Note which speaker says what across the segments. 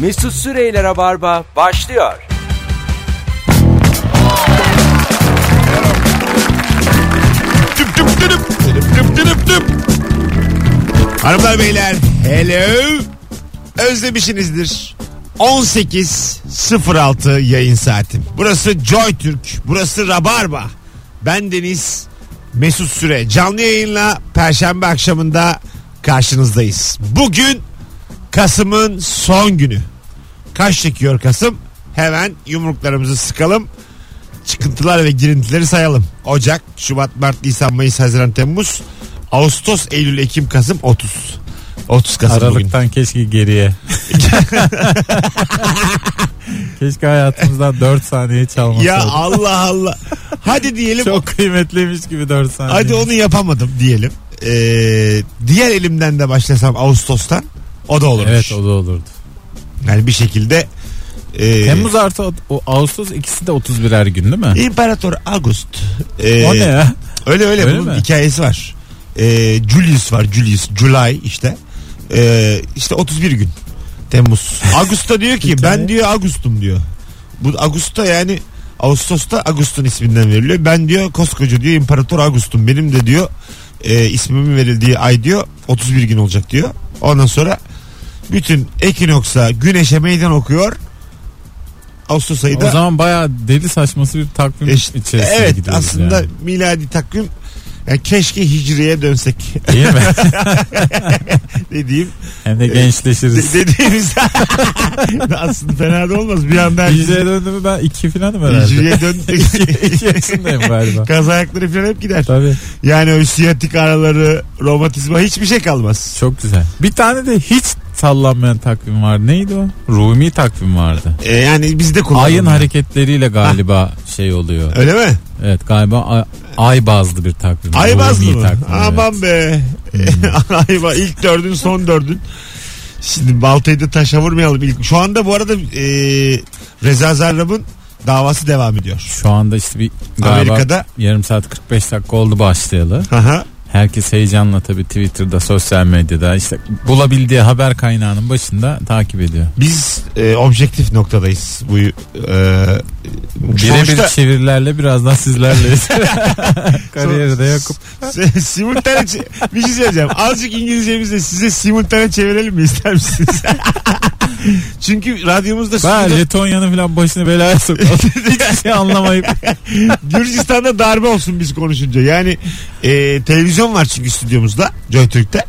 Speaker 1: Mesut Süreyler'e barba başlıyor.
Speaker 2: Tüp tüp tüdüp, tüdüp tüp tüdüp tüp. Hanımlar beyler hello. Özlemişinizdir. 18.06 yayın saatim. Burası Joy Türk. Burası Rabarba. Ben Deniz Mesut Süre. Canlı yayınla Perşembe akşamında karşınızdayız. Bugün Kasım'ın son günü. Kaç çekiyor Kasım? Hemen yumruklarımızı sıkalım çıkıntılar ve girintileri sayalım. Ocak, Şubat, Mart, Nisan, Mayıs, Haziran, Temmuz, Ağustos, Eylül, Ekim, Kasım 30. 30 Kasım bugün.
Speaker 3: Aralıktan keşke geriye. keşke hayatımızdan 4 saniye çalmasaydı.
Speaker 2: Ya Allah Allah. Hadi diyelim.
Speaker 3: Çok kıymetliymiş gibi 4 saniye.
Speaker 2: Hadi onu yapamadım diyelim. Ee, diğer elimden de başlasam Ağustos'tan o da olurmuş.
Speaker 3: Evet o da olurdu.
Speaker 2: Yani bir şekilde e,
Speaker 3: Temmuz artı o, o Ağustos ikisi de 31'er gün değil mi?
Speaker 2: İmparator August. Ee,
Speaker 3: o ne ya?
Speaker 2: Öyle öyle,
Speaker 3: Öyle
Speaker 2: bunun
Speaker 3: mi?
Speaker 2: hikayesi var. Ee, Julius var Julius. July işte. Ee, işte 31 gün. Temmuz. Ağustos'ta diyor ki ben diyor Ağustos'um diyor. Bu Ağustos'ta yani Ağustos'ta Ağustos'un isminden veriliyor. Ben diyor koskoca diyor İmparator Ağustos'um. Benim de diyor e, ismimin verildiği ay diyor 31 gün olacak diyor. Ondan sonra bütün ekinoksa güneşe meydan okuyor. Ağustos ayı
Speaker 3: O
Speaker 2: da
Speaker 3: zaman bayağı deli saçması bir takvim
Speaker 2: İşte-
Speaker 3: içerisine
Speaker 2: evet
Speaker 3: gidiyoruz
Speaker 2: aslında
Speaker 3: yani.
Speaker 2: miladi takvim yani keşke hicriye dönsek
Speaker 3: Değil mi?
Speaker 2: dediğim
Speaker 3: Hem de
Speaker 2: de-
Speaker 3: gençleşiriz.
Speaker 2: dediğimiz aslında fena da olmaz bir anda
Speaker 3: Hicriye döndü mü ben 2 filanım herhalde.
Speaker 2: hicriye dön
Speaker 3: 2 yaşındayım galiba.
Speaker 2: kaz ayakları falan hep gider
Speaker 3: Tabii.
Speaker 2: yani o siyatik ağrıları romatizma hiçbir şey kalmaz
Speaker 3: Çok güzel. Bir tane de hiç sallanmayan takvim var. Neydi o? Rumi takvim vardı.
Speaker 2: Ee, yani bizde kullanılıyor
Speaker 3: Ayın hareketleriyle galiba şey oluyor.
Speaker 2: öyle mi?
Speaker 3: Evet galiba ay, ay bazlı bir takvim.
Speaker 2: Ay bazlı
Speaker 3: Rumi
Speaker 2: mı?
Speaker 3: takvim, evet. Hmm.
Speaker 2: Aman be. Ay ba- ilk dördün son dördün. Şimdi baltayı da taşa vurmayalım. ilk. Şu anda bu arada e, Reza Zarrab'ın davası devam ediyor.
Speaker 3: Şu anda işte bir galiba
Speaker 2: Amerika'da.
Speaker 3: yarım saat 45 dakika oldu başlayalı.
Speaker 2: Aha.
Speaker 3: Herkes heyecanla tabii Twitter'da, sosyal medyada işte bulabildiği haber kaynağının başında takip ediyor.
Speaker 2: Biz e, objektif noktadayız. Bu e,
Speaker 3: Birebir
Speaker 2: sonuçta
Speaker 3: çevirilerle birazdan sizlerle kariyeri de yakıp
Speaker 2: si- simultane çe- bir şey söyleyeceğim. Azıcık İngilizcemizle size simultane çevirelim mi ister misiniz? Çünkü radyomuzda
Speaker 3: ben
Speaker 2: stüdyo-
Speaker 3: Letonya'nın falan başını belaya sokalım. Hiçbir şey anlamayıp
Speaker 2: Gürcistan'da darbe olsun biz konuşunca. Yani e, televizyon var çünkü stüdyomuzda JoyTürk'te.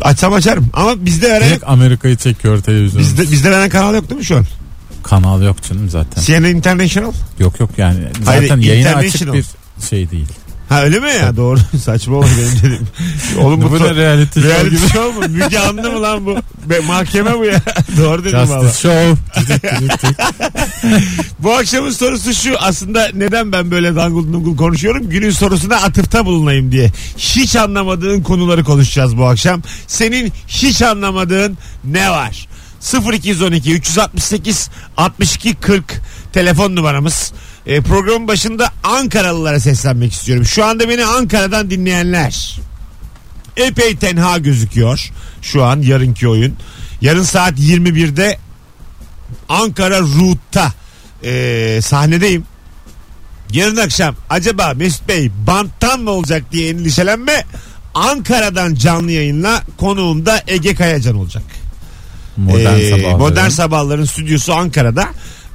Speaker 2: Açsam açarım ama bizde veren
Speaker 3: direkt Amerika'yı çekiyor televizyon.
Speaker 2: bizde, bizde veren kanal yok değil mi şu an?
Speaker 3: Kanal yok canım zaten.
Speaker 2: CNN International.
Speaker 3: Yok yok yani
Speaker 2: Hayır,
Speaker 3: zaten yayına açık
Speaker 2: international.
Speaker 3: bir şey değil.
Speaker 2: Ha öyle mi ya? Doğru. Saçma oldu benim dediğim. Oğlum bu,
Speaker 3: Bu da
Speaker 2: to-
Speaker 3: reality show gibi.
Speaker 2: reality show mu? Müge Anlı mı lan bu? Be- mahkeme bu ya. Doğru dedim valla.
Speaker 3: Justice show. Tüt tüt tüt.
Speaker 2: Bu akşamın sorusu şu. Aslında neden ben böyle dangul dungul konuşuyorum? Günün sorusuna atıfta bulunayım diye. Hiç anlamadığın konuları konuşacağız bu akşam. Senin hiç anlamadığın ne var? 0212 368 62 40 telefon numaramız. E, programın başında Ankaralılara seslenmek istiyorum. Şu anda beni Ankara'dan dinleyenler epey tenha gözüküyor şu an yarınki oyun. Yarın saat 21'de Ankara Root'ta e, sahnedeyim. Yarın akşam acaba Mesut Bey banttan mı olacak diye endişelenme. Ankara'dan canlı yayınla konuğum da Ege Kayacan olacak.
Speaker 3: Modern
Speaker 2: Ee,
Speaker 3: sabahları.
Speaker 2: Modern Sabahların stüdyosu Ankara'da.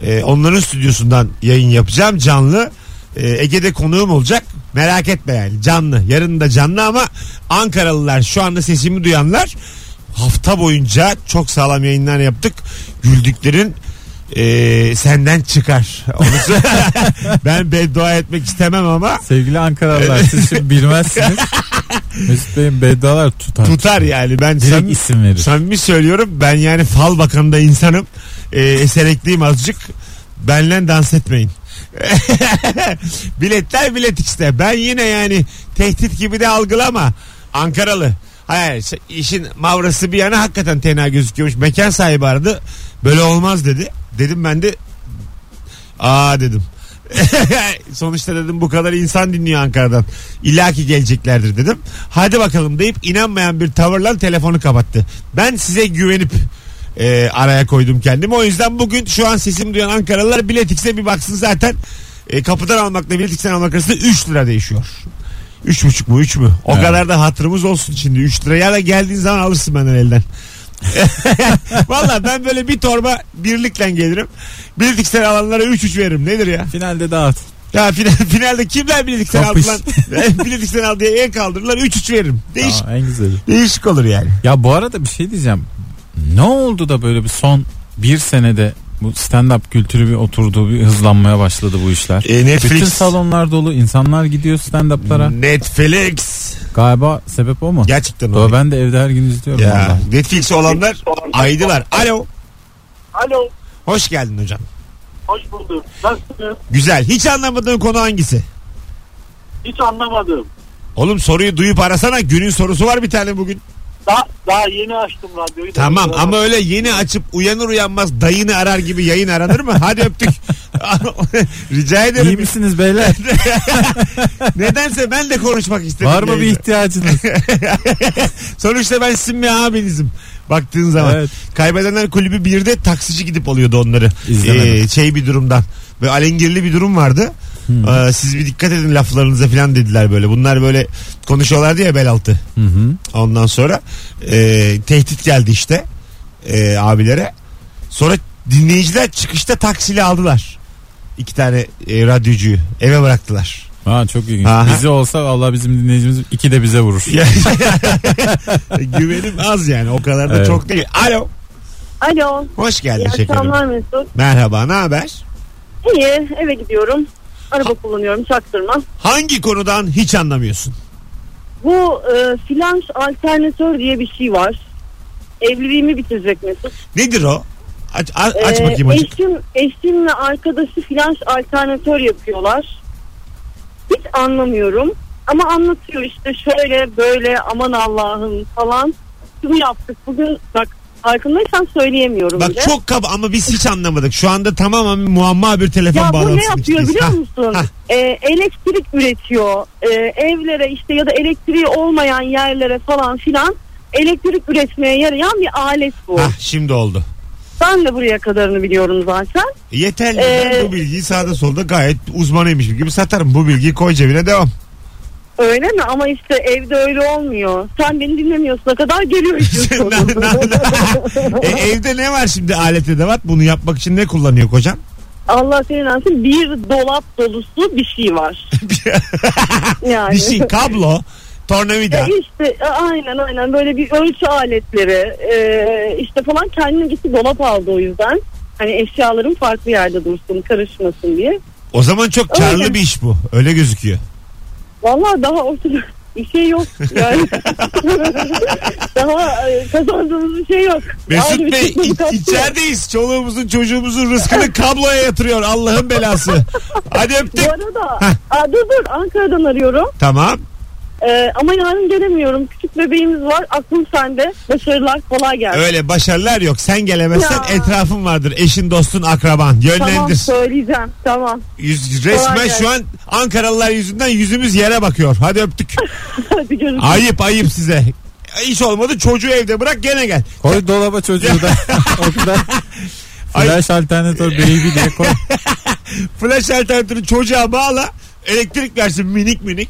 Speaker 2: Ee, onların stüdyosundan yayın yapacağım canlı. Ee, Ege'de konuğum olacak. Merak etme yani canlı. Yarın da canlı ama Ankaralılar şu anda sesimi duyanlar hafta boyunca çok sağlam yayınlar yaptık. Güldüklerin ee, senden çıkar. Onu söyle- ben beddua etmek istemem ama
Speaker 3: Sevgili Ankaralılar siz şimdi bilmezsiniz. Mesut Bey'in beddalar tutar.
Speaker 2: tutar yani. Ben
Speaker 3: Direkt
Speaker 2: samimi-
Speaker 3: isim verir.
Speaker 2: Samimi söylüyorum ben yani fal bakanında insanım. Ee, eserekliyim azıcık. Benle dans etmeyin. Biletler bilet işte. Ben yine yani tehdit gibi de algılama. Ankaralı. Hayır şey- işin mavrası bir yana hakikaten tena gözüküyormuş. Mekan sahibi aradı. Böyle olmaz dedi. Dedim ben de aa dedim. Sonuçta dedim bu kadar insan dinliyor Ankara'dan. İlla ki geleceklerdir dedim. Hadi bakalım deyip inanmayan bir tavırla telefonu kapattı. Ben size güvenip e, araya koydum kendimi. O yüzden bugün şu an sesimi duyan Ankaralılar biletikse bir baksın zaten. E, kapıdan almakla biletiksen almak arasında 3 lira değişiyor. Üç buçuk mu üç mü? O
Speaker 3: Evet.
Speaker 2: kadar da hatırımız olsun şimdi 3 lira. Ya da geldiğin zaman alırsın benden elden. Valla ben böyle bir torba birlikle gelirim. Biletiksen alanlara 3-3 veririm. Nedir ya?
Speaker 3: Finalde dağıt.
Speaker 2: Ya final, finalde kimler biletiksen aldı
Speaker 3: Kapış.
Speaker 2: lan? biletiksen aldı diye el kaldırırlar 3-3 veririm. Değişik,
Speaker 3: Tamam, en güzeli.
Speaker 2: değişik olur yani.
Speaker 3: Ya bu arada bir şey diyeceğim. Ne oldu da böyle bir son bir senede bu stand-up kültürü bir oturdu, bir hızlanmaya başladı bu işler.
Speaker 2: E, Netflix. Hmm.
Speaker 3: Bütün salonlar dolu, insanlar gidiyor stand-up'lara.
Speaker 2: Netflix.
Speaker 3: Galiba sebep o mu?
Speaker 2: Gerçekten
Speaker 3: Doğru,
Speaker 2: o.
Speaker 3: ben de evde her gün izliyorum.
Speaker 2: Ya,
Speaker 3: vallahi.
Speaker 2: Netflix olanlar aydılar. Alo.
Speaker 4: Alo,
Speaker 2: Hoş geldin hocam.
Speaker 4: hoş bulduk. Nasılsınız?
Speaker 2: Güzel. Hiç anlamadığın konu hangisi?
Speaker 4: Hiç anlamadım.
Speaker 2: Oğlum soruyu duyup arasana. Günün sorusu var bir tane bugün.
Speaker 4: Daha, daha yeni açtım radyoyu. da.
Speaker 2: Tamam ama öyle yeni açıp uyanır uyanmaz dayını arar gibi yayın aranır mı? Hadi öptük. Rica
Speaker 3: İyi
Speaker 2: ederim.
Speaker 3: misiniz beyler?
Speaker 2: Nedense ben de konuşmak istedim.
Speaker 3: Var mı bir
Speaker 2: yayında.
Speaker 3: ihtiyacınız?
Speaker 2: Sonuçta ben sizin bir abinizim. Baktığın zaman.
Speaker 3: Evet.
Speaker 2: Kaybedenler kulübü bir de taksici gidip alıyordu onları.
Speaker 3: İzlemedim.
Speaker 2: Ee, şey bir durumdan. Böyle alengirli bir durum vardı.
Speaker 3: Hmm.
Speaker 2: Ee, siz bir dikkat edin laflarınıza falan dediler böyle. Bunlar böyle konuşuyorlardı ya bel altı.
Speaker 3: Hı hı.
Speaker 2: Ondan sonra e, tehdit geldi işte e, abilere. Sonra dinleyiciler çıkışta taksiyle aldılar. İki tane e, radyocuyu eve bıraktılar.
Speaker 3: Ha, çok ilginç.
Speaker 2: Aha.
Speaker 3: Bizi olsa Allah bizim dinleyicimiz iki de bize vurur.
Speaker 2: Güvenim az yani o kadar da
Speaker 3: Evet.
Speaker 2: çok değil. Alo
Speaker 5: Alo.
Speaker 2: hoş
Speaker 5: İyi
Speaker 2: geldin şekerim.
Speaker 5: akşamlar Mesut.
Speaker 2: Merhaba ne haber?
Speaker 5: İyi eve gidiyorum. Araba kullanıyorum çaktırma.
Speaker 2: Hangi konudan hiç anlamıyorsun?
Speaker 5: Bu e, flanş alternatör diye bir şey var. Evliliğimi bitirecek Mesut.
Speaker 2: Nedir o? Aç, a- aç
Speaker 5: E,
Speaker 2: bakayım açık.
Speaker 5: Eşim, eşimle arkadaşı flanş alternatör yapıyorlar. Hiç anlamıyorum. Ama anlatıyor işte şöyle böyle aman Allah'ım falan. Şunu yaptık bugün bak farkındaysan söyleyemiyorum
Speaker 2: Bak
Speaker 5: bile.
Speaker 2: çok kaba ama biz hiç anlamadık. Şu anda tamamen muamma bir telefon
Speaker 5: Ya bu
Speaker 2: bağlantısının
Speaker 5: ne yapıyor
Speaker 2: içindeyiz.
Speaker 5: biliyor
Speaker 2: Ha,
Speaker 5: musun?
Speaker 2: ha.
Speaker 5: Ee, elektrik üretiyor. Ee, evlere işte ya da elektriği olmayan yerlere falan filan elektrik üretmeye yarayan bir alet bu.
Speaker 2: Ha, şimdi oldu.
Speaker 5: Ben de buraya kadarını biliyorum zaten.
Speaker 2: Yeterli.
Speaker 5: Ee,
Speaker 2: Ben bu bilgiyi sağda solda gayet uzmanıymış gibi satarım. Bu bilgiyi koy cebine devam.
Speaker 5: Öyle mi? Ama işte evde öyle olmuyor. Sen beni dinlemiyorsun. Ne kadar geliyor işin sonu.
Speaker 2: Na- na- na- E, evde ne var şimdi alet edevat? Bunu yapmak için ne kullanıyor kocan?
Speaker 5: Allah senin anasını bir dolap dolusu bir şey var. yani.
Speaker 2: Bir şey kablo,
Speaker 5: E
Speaker 2: tornavida.
Speaker 5: işte e, aynen aynen böyle bir ölçü aletleri e, işte falan kendine gitti dolap aldı o yüzden. Hani eşyaların farklı yerde dursun karışmasın diye.
Speaker 2: O zaman çok
Speaker 5: Öyle.
Speaker 2: karlı bir iş bu. Öyle gözüküyor.
Speaker 5: Vallahi daha ortada bir şey yok yani. daha e, kazandığımız bir şey yok.
Speaker 2: Mesut
Speaker 5: Aynı bir
Speaker 2: Bey
Speaker 5: çıkmadı
Speaker 2: iç-
Speaker 5: kaptı.
Speaker 2: içerideyiz. Çoluğumuzun çocuğumuzun rızkını kabloya yatırıyor. Allah'ın belası. Hadi öptük.
Speaker 5: Bu arada
Speaker 2: Heh.
Speaker 5: aa, dur dur Ankara'dan arıyorum.
Speaker 2: Tamam.
Speaker 5: E, ama yarın gelemiyorum. Küçük bebeğimiz var. Aklım sende. Başarılar kolay gelsin.
Speaker 2: Öyle başarılar yok. Sen gelemezsen
Speaker 5: Ya.
Speaker 2: etrafın vardır. Eşin, dostun, akraban.
Speaker 5: Tamam
Speaker 2: Yönlendir.
Speaker 5: söyleyeceğim. Tamam.
Speaker 2: Yüz, resmen
Speaker 5: gelsin.
Speaker 2: şu an Ankaralılar yüzünden yüzümüz yere bakıyor. Hadi öptük.
Speaker 5: Hadi görüşürüz.
Speaker 2: ayıp ayıp size. Hiç olmadı çocuğu evde bırak gene gel.
Speaker 3: Koy dolaba çocuğu da. o kadar.
Speaker 2: Ay.
Speaker 3: Flash alternatör baby diye koy.
Speaker 2: Flash alternatörü çocuğa bağla. Elektrik versin minik minik.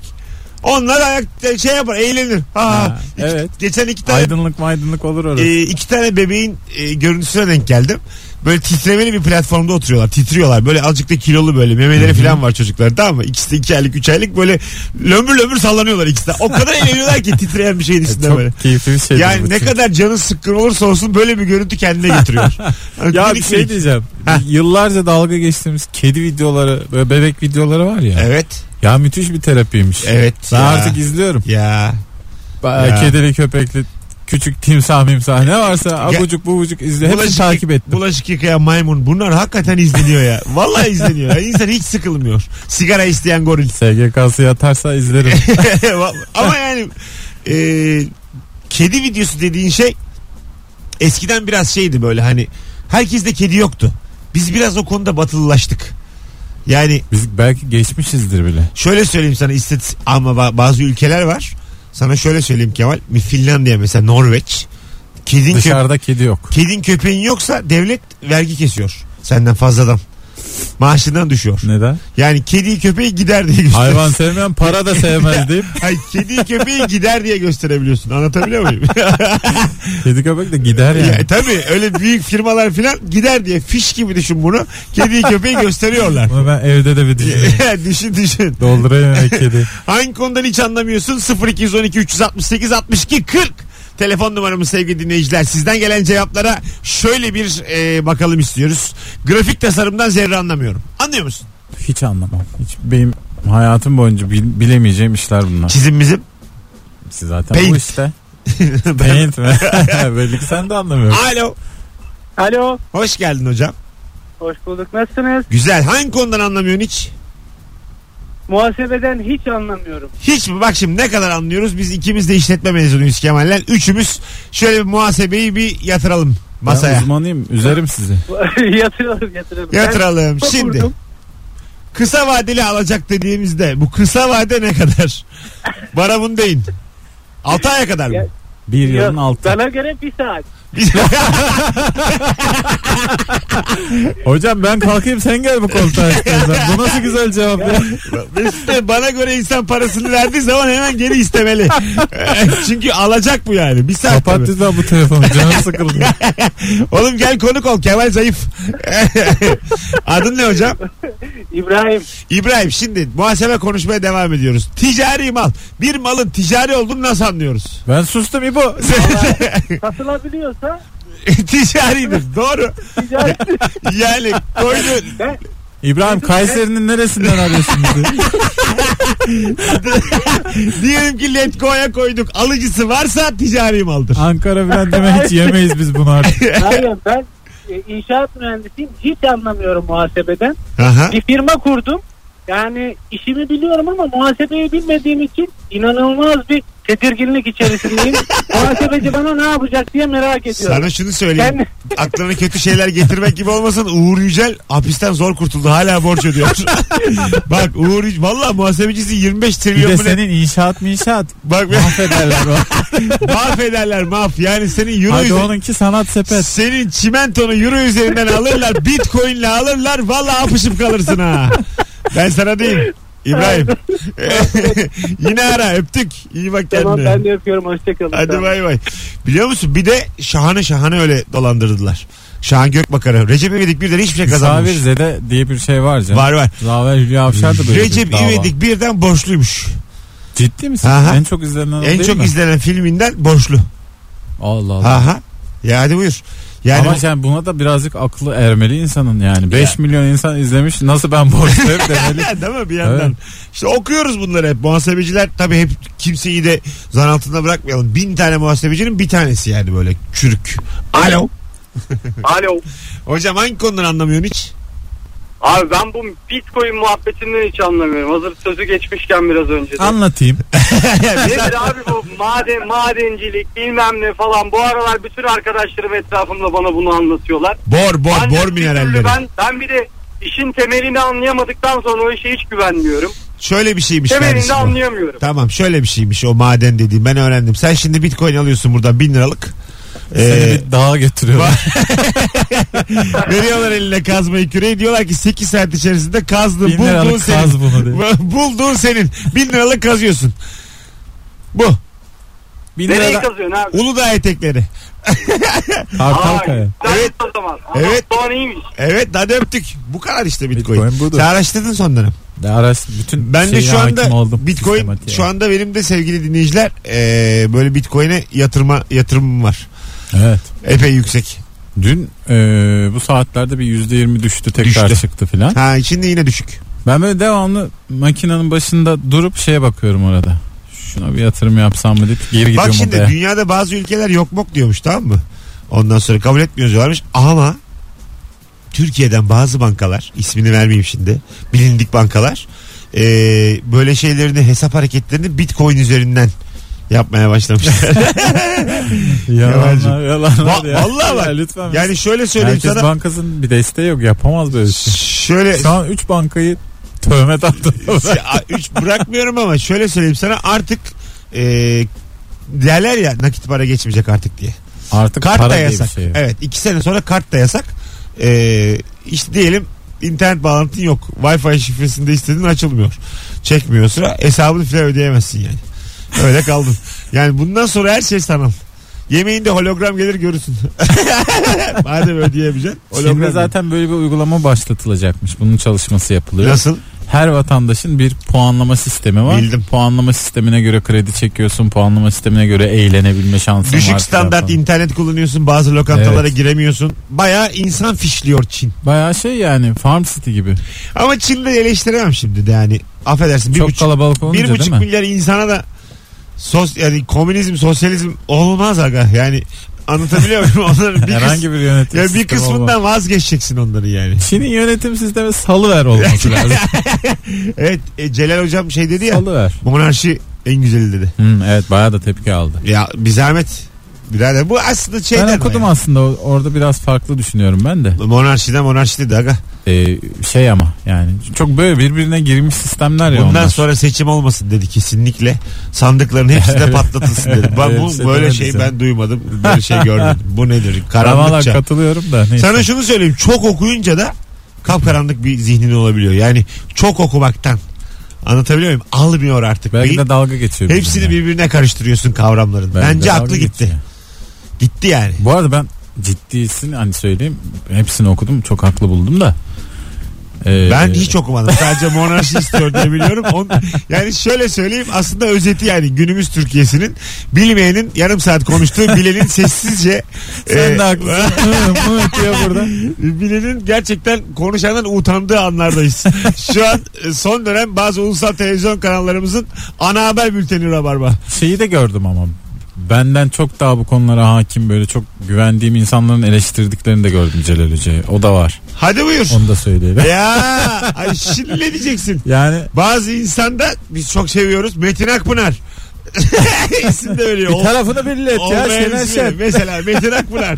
Speaker 2: Onlar ayak şey yapar eğlenir. Ha,
Speaker 3: Ha,
Speaker 2: iki-
Speaker 3: evet.
Speaker 2: Geçen iki tane
Speaker 3: Aydınlık maydınlık olur orası.
Speaker 2: e, iki tane bebeğin e, görüntüsüne denk geldim. Böyle titremeli bir platformda oturuyorlar. Titriyorlar. Böyle azıcık da kilolu böyle. Memeleri falan var çocuklar tamam mı? İkisi de iki aylık üç aylık böyle lömbür lömbür sallanıyorlar ikisi de. O kadar eğleniyorlar ki titreyen bir şeyin üstünde
Speaker 3: E, Çok
Speaker 2: böyle.
Speaker 3: keyifli bir şey.
Speaker 2: Yani ne kadar canı sıkkın olursa olsun böyle bir görüntü kendine getiriyor. Hani
Speaker 3: ya bir
Speaker 2: Minik
Speaker 3: şey
Speaker 2: minik.
Speaker 3: diyeceğim.
Speaker 2: Heh.
Speaker 3: Yıllarca dalga geçtiğimiz kedi videoları, böyle bebek videoları var ya.
Speaker 2: Evet.
Speaker 3: Ya müthiş bir terapiymiş.
Speaker 2: Evet.
Speaker 3: Ben
Speaker 2: ya.
Speaker 3: artık izliyorum.
Speaker 2: ya.
Speaker 3: Ba-
Speaker 2: Ya.
Speaker 3: Kedili köpekli küçük timsah mimsah ne varsa
Speaker 2: Ya- şey-
Speaker 3: abucuk bubucuk izle. Hepsini
Speaker 2: Bulaşık-
Speaker 3: takip ettim.
Speaker 2: Bulaşık yıkayan maymun bunlar hakikaten izleniyor ya. Vallahi izleniyor. ya. İnsan hiç sıkılmıyor. Sigara isteyen goril.
Speaker 3: SGK'sı yatarsa izlerim.
Speaker 2: Ama yani e, kedi videosu dediğin şey eskiden biraz şeydi böyle hani herkeste kedi yoktu. Biz biraz o konuda batılılaştık. Yani
Speaker 3: Biz belki geçmişizdir bile.
Speaker 2: Şöyle söyleyeyim sana istat ama ba- bazı ülkeler var. Sana şöyle söyleyeyim Kemal. Bir Finlandiya mesela Norveç. Kedin, kö-
Speaker 3: Dışarıda kedi yok.
Speaker 2: kedin köpeğin yoksa devlet vergi kesiyor. Senden fazladan. Maaşından düşüyor.
Speaker 3: Neden?
Speaker 2: Yani kedi köpeği gider diye gösteriyor.
Speaker 3: Hayvan sevmeyen para da sevmez deyip
Speaker 2: Ay, kedi köpeği gider diye gösterebiliyorsun. Anlatabiliyor muyum?
Speaker 3: kedi köpek de gider yani.
Speaker 2: ya, tabii öyle büyük firmalar falan gider diye fiş gibi düşün bunu. Kedi köpeği gösteriyorlar.
Speaker 3: Bunu ben evde de bir düşüneyim.
Speaker 2: düşün düşün.
Speaker 3: Doldurayım eve kedi.
Speaker 2: Hangi konudan hiç anlamıyorsun? 0212 368 62 40 Telefon numaramız sevgili dinleyiciler. Sizden gelen cevaplara şöyle bir e, bakalım istiyoruz. Grafik tasarımdan zerre anlamıyorum. Anlıyor musun?
Speaker 3: Hiç anlamam. Hiç benim hayatım boyunca bil- bilemeyeceğim işler bunlar.
Speaker 2: Çizim bizim.
Speaker 3: Siz zaten bu
Speaker 2: Paint.
Speaker 3: işte. Paint mi? Belli ki sen de anlamıyorsun.
Speaker 2: Alo.
Speaker 6: Alo.
Speaker 2: Hoş geldin hocam.
Speaker 6: Hoş bulduk. Nasılsınız?
Speaker 2: Güzel. Hangi konudan anlamıyorsun hiç?
Speaker 6: Muhasebeden hiç anlamıyorum.
Speaker 2: Hiç mi? Bak şimdi ne kadar anlıyoruz. Biz ikimiz de işletme mezunuyuz Kemal'le. Üçümüz şöyle bir muhasebeyi bir yatıralım
Speaker 3: Ben
Speaker 2: masaya.
Speaker 3: uzmanıyım. Üzerim sizi.
Speaker 6: yatıralım yatıralım. Ben
Speaker 2: Yatıralım.
Speaker 6: çok
Speaker 2: Şimdi.
Speaker 6: vurdum.
Speaker 2: Kısa vadeli alacak dediğimizde bu kısa vade ne kadar? Bana bunu deyin. 6 aya kadar mı?
Speaker 6: Ya-
Speaker 3: Bir
Speaker 6: Yok,
Speaker 3: yılın altı.
Speaker 6: Bana göre bir saat.
Speaker 3: Hocam ben kalkayım sen gel bu koltuğa istiyorsan. Bu nasıl güzel cevap ya?
Speaker 2: Mesut Bey, bana göre insan parasını verdiği zaman hemen geri istemeli. Çünkü alacak bu yani. Bir saat
Speaker 3: Kapat
Speaker 2: tabii.
Speaker 3: lütfen bu telefonu. Canım sıkıldı.
Speaker 2: Oğlum gel konuk ol. Kemal zayıf. Adın ne hocam?
Speaker 6: İbrahim
Speaker 2: İbrahim şimdi muhasebe konuşmaya devam ediyoruz. Ticari mal. Bir malın ticari olduğunu nasıl anlıyoruz?
Speaker 3: Ben sustum İbo.
Speaker 6: satılabiliyorsa
Speaker 2: Ticaridir. Doğru.
Speaker 6: ticaret
Speaker 2: Yani koyduğun
Speaker 3: İbrahim Kayseri'nin neresinden arıyorsun bizi?
Speaker 2: Diyelim ki Letgo'ya koyduk. Alıcısı varsa ticari maldır.
Speaker 3: Ankara falan deme hiç yemeyiz biz bunu artık.
Speaker 6: Hayır ben e, inşaat mühendisiyim. Hiç anlamıyorum muhasebeden.
Speaker 2: Aha.
Speaker 6: Bir firma kurdum. Yani işimi biliyorum ama muhasebeyi bilmediğim için inanılmaz bir tedirginlik içerisindeyim. Muhasebeci bana ne yapacak diye merak ediyorum.
Speaker 2: Sana şunu söyleyeyim. Aklına kötü şeyler getirmek gibi olmasın. Uğur Yücel hapisten zor kurtuldu. Hala borç ödüyor. Bak Uğur Yücel. Valla muhasebecisi 25
Speaker 3: Bir
Speaker 2: trilyon
Speaker 3: de
Speaker 2: mu ne?
Speaker 3: senin inşaat mı inşaat?
Speaker 2: Bak
Speaker 3: Affederler o.
Speaker 2: mahvederler maf. Yani senin euro
Speaker 3: Hadi
Speaker 2: üzeri-
Speaker 3: onunki sanat sepet.
Speaker 2: Senin çimentonu euro üzerinden alırlar. Bitcoin'le alırlar. Valla apışıp kalırsın ha. Ben sana diyeyim. İbrahim. Yine ara öptük. İyi bak kendine.
Speaker 6: Tamam ben de öpüyorum. Hoşçakalın.
Speaker 2: Hadi bay bay. Biliyor musun bir de şahane şahane öyle dolandırdılar. Şahan Gökbakar'ı. Recep İvedik birden hiçbir şey kazanmamış.
Speaker 3: Misafir Zede diye bir şey var canım.
Speaker 2: Var var.
Speaker 3: Zafer Hülya Avşar da böyle
Speaker 2: Recep
Speaker 3: bir dava.
Speaker 2: İvedik birden borçluymuş.
Speaker 3: Ciddi misin?
Speaker 2: Aha.
Speaker 3: En çok izlenen o
Speaker 2: en
Speaker 3: değil
Speaker 2: çok
Speaker 3: mi?
Speaker 2: izlenen filminden borçlu.
Speaker 3: Allah Allah.
Speaker 2: Aha. Ya hadi buyur. Yani
Speaker 3: Ama yani buna da birazcık aklı ermeli insanın yani. 5 milyon insan izlemiş nasıl ben borçluyum demeli.
Speaker 2: Değil mi bir yandan? İşte okuyoruz bunları hep. Muhasebeciler tabii hep kimseyi de zan altında bırakmayalım. Bin tane muhasebecinin bir tanesi yani böyle çürük. Alo.
Speaker 7: Alo.
Speaker 2: Hocam hangi konudan anlamıyorsun hiç?
Speaker 7: Abi ben bu Bitcoin muhabbetinden hiç anlamıyorum. Hazır sözü geçmişken biraz önce. de.
Speaker 3: Anlatayım.
Speaker 7: Nedir abi bu maden madencilik bilmem ne falan. Bu aralar bütün arkadaşlarım etrafımda bana bunu anlatıyorlar.
Speaker 2: Bor bor
Speaker 7: Ben de bir
Speaker 2: bor
Speaker 7: türlü
Speaker 2: mineralleri.
Speaker 7: Ben, ben bir de işin temelini anlayamadıktan sonra o işe hiç güvenmiyorum.
Speaker 2: Şöyle bir şeymiş.
Speaker 7: Temelini
Speaker 2: kardeşim o.
Speaker 7: anlayamıyorum.
Speaker 2: Tamam şöyle bir şeymiş o maden dediğim ben öğrendim. Sen şimdi bitcoin alıyorsun buradan bin liralık.
Speaker 3: Seni
Speaker 2: Ee,
Speaker 3: bir dağa götürüyorum.
Speaker 2: veriyorlar eline kazmayı küreği diyorlar ki 8 saat içerisinde kazdın
Speaker 3: Bin
Speaker 2: bulduğun
Speaker 3: liralık
Speaker 2: senin.
Speaker 3: kaz bunu diye.
Speaker 2: bulduğun senin. Bin liralık kazıyorsun. Bu.
Speaker 3: Bin
Speaker 7: Nereye
Speaker 3: lira
Speaker 7: kazıyorsun abi?
Speaker 2: Uludağ etekleri.
Speaker 3: Kartal Kaya.
Speaker 7: Evet. O zaman. Ama
Speaker 2: Evet.
Speaker 7: Soğan iyiymiş.
Speaker 2: Evet hadi öptük. Bu kadar işte bitcoin.
Speaker 3: Bitcoin budur.
Speaker 2: Sen araştırdın son dönem.
Speaker 3: De araç bütün
Speaker 2: Ben de
Speaker 3: şeyi
Speaker 2: şu
Speaker 3: hakim
Speaker 2: anda
Speaker 3: oldum
Speaker 2: bitcoin
Speaker 3: sistematiğe.
Speaker 2: şu anda benim de sevgili dinleyiciler ee, böyle bitcoin'e yatırma yatırımım var.
Speaker 3: Evet.
Speaker 2: Epey yüksek.
Speaker 3: Dün e, bu saatlerde bir yüzde yirmi düştü tekrar
Speaker 2: Düştü.
Speaker 3: çıktı filan.
Speaker 2: Ha şimdi yine düşük.
Speaker 3: Ben böyle devamlı makinenin başında durup şeye bakıyorum orada. Şuna bir yatırım yapsam mı deyip geri
Speaker 2: Bak
Speaker 3: gidiyorum
Speaker 2: şimdi
Speaker 3: odaya.
Speaker 2: dünyada bazı ülkeler yok mok diyormuş tamam mı? Ondan sonra kabul etmiyoruz diyorlarmış ama Türkiye'den bazı bankalar ismini vermeyeyim şimdi bilindik bankalar e, böyle şeylerini hesap hareketlerini bitcoin üzerinden yapmaya başlamışlar. Kemal'cim.
Speaker 3: Yalanlar yalanlar
Speaker 2: Va-
Speaker 3: ya.
Speaker 2: vallahi bak.
Speaker 3: Ya lütfen.
Speaker 2: yani şöyle söyleyeyim
Speaker 3: Herkes
Speaker 2: sana
Speaker 3: bankasının bir desteği yok yapamaz böyle bir şey.
Speaker 2: şöyle
Speaker 3: Şu an 3 bankayı tövmet altında
Speaker 2: Ya, üç bırakmıyorum ama şöyle söyleyeyim sana artık e, derler ya nakit para geçmeyecek artık diye.
Speaker 3: Artık
Speaker 2: Kart
Speaker 3: para
Speaker 2: da
Speaker 3: diye
Speaker 2: yasak.
Speaker 3: bir şey yok.
Speaker 2: Evet iki sene sonra kart da yasak. Ee, işte diyelim internet bağlantın yok. Wi-Fi şifresinde istediğin açılmıyor. Çekmiyor o sıra. Hesabını filan ödeyemezsin yani. Öyle kaldın. yani bundan sonra her şey sanal. Yemeğinde hologram gelir görürsün. Madem ödeyemeyeceksin. Hologram
Speaker 3: Şimdi
Speaker 2: gelir.
Speaker 3: zaten böyle bir uygulama başlatılacakmış. Bunun çalışması yapılıyor.
Speaker 2: Nasıl?
Speaker 3: Her vatandaşın bir puanlama sistemi var.
Speaker 2: Bildim.
Speaker 3: Puanlama sistemine göre kredi çekiyorsun. Puanlama sistemine göre eğlenebilme şansın var.
Speaker 2: Düşük
Speaker 3: falan
Speaker 2: standart
Speaker 3: falan.
Speaker 2: internet kullanıyorsun. Bazı lokantalara
Speaker 3: Evet.
Speaker 2: giremiyorsun. Bayağı insan fişliyor Çin.
Speaker 3: Bayağı şey yani Farm City gibi.
Speaker 2: Ama Çin'de eleştiremem şimdi de yani. Affedersin. Bir
Speaker 3: Çok
Speaker 2: buçuk,
Speaker 3: kalabalık olunca
Speaker 2: bir buçuk
Speaker 3: değil mi?
Speaker 2: milyar insana da sos, yani komünizm, sosyalizm olmaz aga. Yani anlatabiliyor muyum? Onların bir,
Speaker 3: Herhangi
Speaker 2: kısmı,
Speaker 3: bir yönetim
Speaker 2: ya bir
Speaker 3: sistemi olmaz.
Speaker 2: kısmından vazgeçeceksin onları yani.
Speaker 3: Çin'in yönetim sistemi salıver olması lazım.
Speaker 2: Evet e, Celal hocam şey dedi ya.
Speaker 3: salıver.
Speaker 2: Monarşi en güzeli dedi.
Speaker 3: Hı, evet bayağı da tepki aldı.
Speaker 2: Ya bir zahmet. Birader bu aslında şeyden
Speaker 3: ben okudum
Speaker 2: ya.
Speaker 3: aslında o- orada biraz farklı düşünüyorum ben de.
Speaker 2: Monarşiden monarşi dedi aga.
Speaker 3: Ee, şey ama yani çok böyle birbirine girmiş sistemler ya
Speaker 2: Bundan
Speaker 3: onlar.
Speaker 2: sonra seçim olmasın dedi kesinlikle. Sandıkların hepsi de patlatılsın dedi. Ben, bu,
Speaker 3: Hepsi
Speaker 2: böyle
Speaker 3: demedi
Speaker 2: şey
Speaker 3: sana.
Speaker 2: ben duymadım. Böyle şey görmedim. Bu nedir?
Speaker 3: Ben valla
Speaker 2: Karanlıkça.
Speaker 3: katılıyorum da neyse.
Speaker 2: Sana şunu söyleyeyim. Çok okuyunca da kapkaranlık bir zihnin olabiliyor. Yani çok okumaktan. Anlatabiliyor muyum? Almıyor artık.
Speaker 3: Belki
Speaker 2: Beyin-
Speaker 3: de dalga geçiyor.
Speaker 2: hepsini
Speaker 3: bizimle.
Speaker 2: birbirine karıştırıyorsun kavramların.
Speaker 3: Belki de
Speaker 2: Bence
Speaker 3: dalga
Speaker 2: aklı gitti.
Speaker 3: geçiyor.
Speaker 2: Gitti yani.
Speaker 3: Bu arada ben ciddisin hani söyleyeyim hepsini okudum çok haklı buldum da. Ee,
Speaker 2: Ben hiç okumadım. Sadece monarşi istiyor diye biliyorum. On, yani şöyle söyleyeyim aslında özeti yani günümüz Türkiye'sinin bilmeyenin yarım saat konuştuğu bilenin sessizce
Speaker 3: Sen
Speaker 2: e,
Speaker 3: de haklısın. Hı, hı diyor burada.
Speaker 2: Bilenin gerçekten konuşanın utandığı anlardayız. Şu an e, son dönem bazı ulusal televizyon kanallarımızın ana haber bülteni Rabarba.
Speaker 3: Şeyi de gördüm ama benden çok daha bu konulara hakim böyle çok güvendiğim insanların eleştirdiklerini de gördüm Celal Hoca'yı. O da var.
Speaker 2: Hadi buyur.
Speaker 3: Onu da söyleyelim.
Speaker 2: ya ay şimdi ne diyeceksin?
Speaker 3: Yani
Speaker 2: Bazı insanda biz çok seviyoruz Metin Akpınar. İsim de öyle.
Speaker 3: bir tarafını belli et ya
Speaker 2: Olmayan şey.
Speaker 3: Şener
Speaker 2: ismi.
Speaker 3: Şen.
Speaker 2: Mesela Metin Akpınar.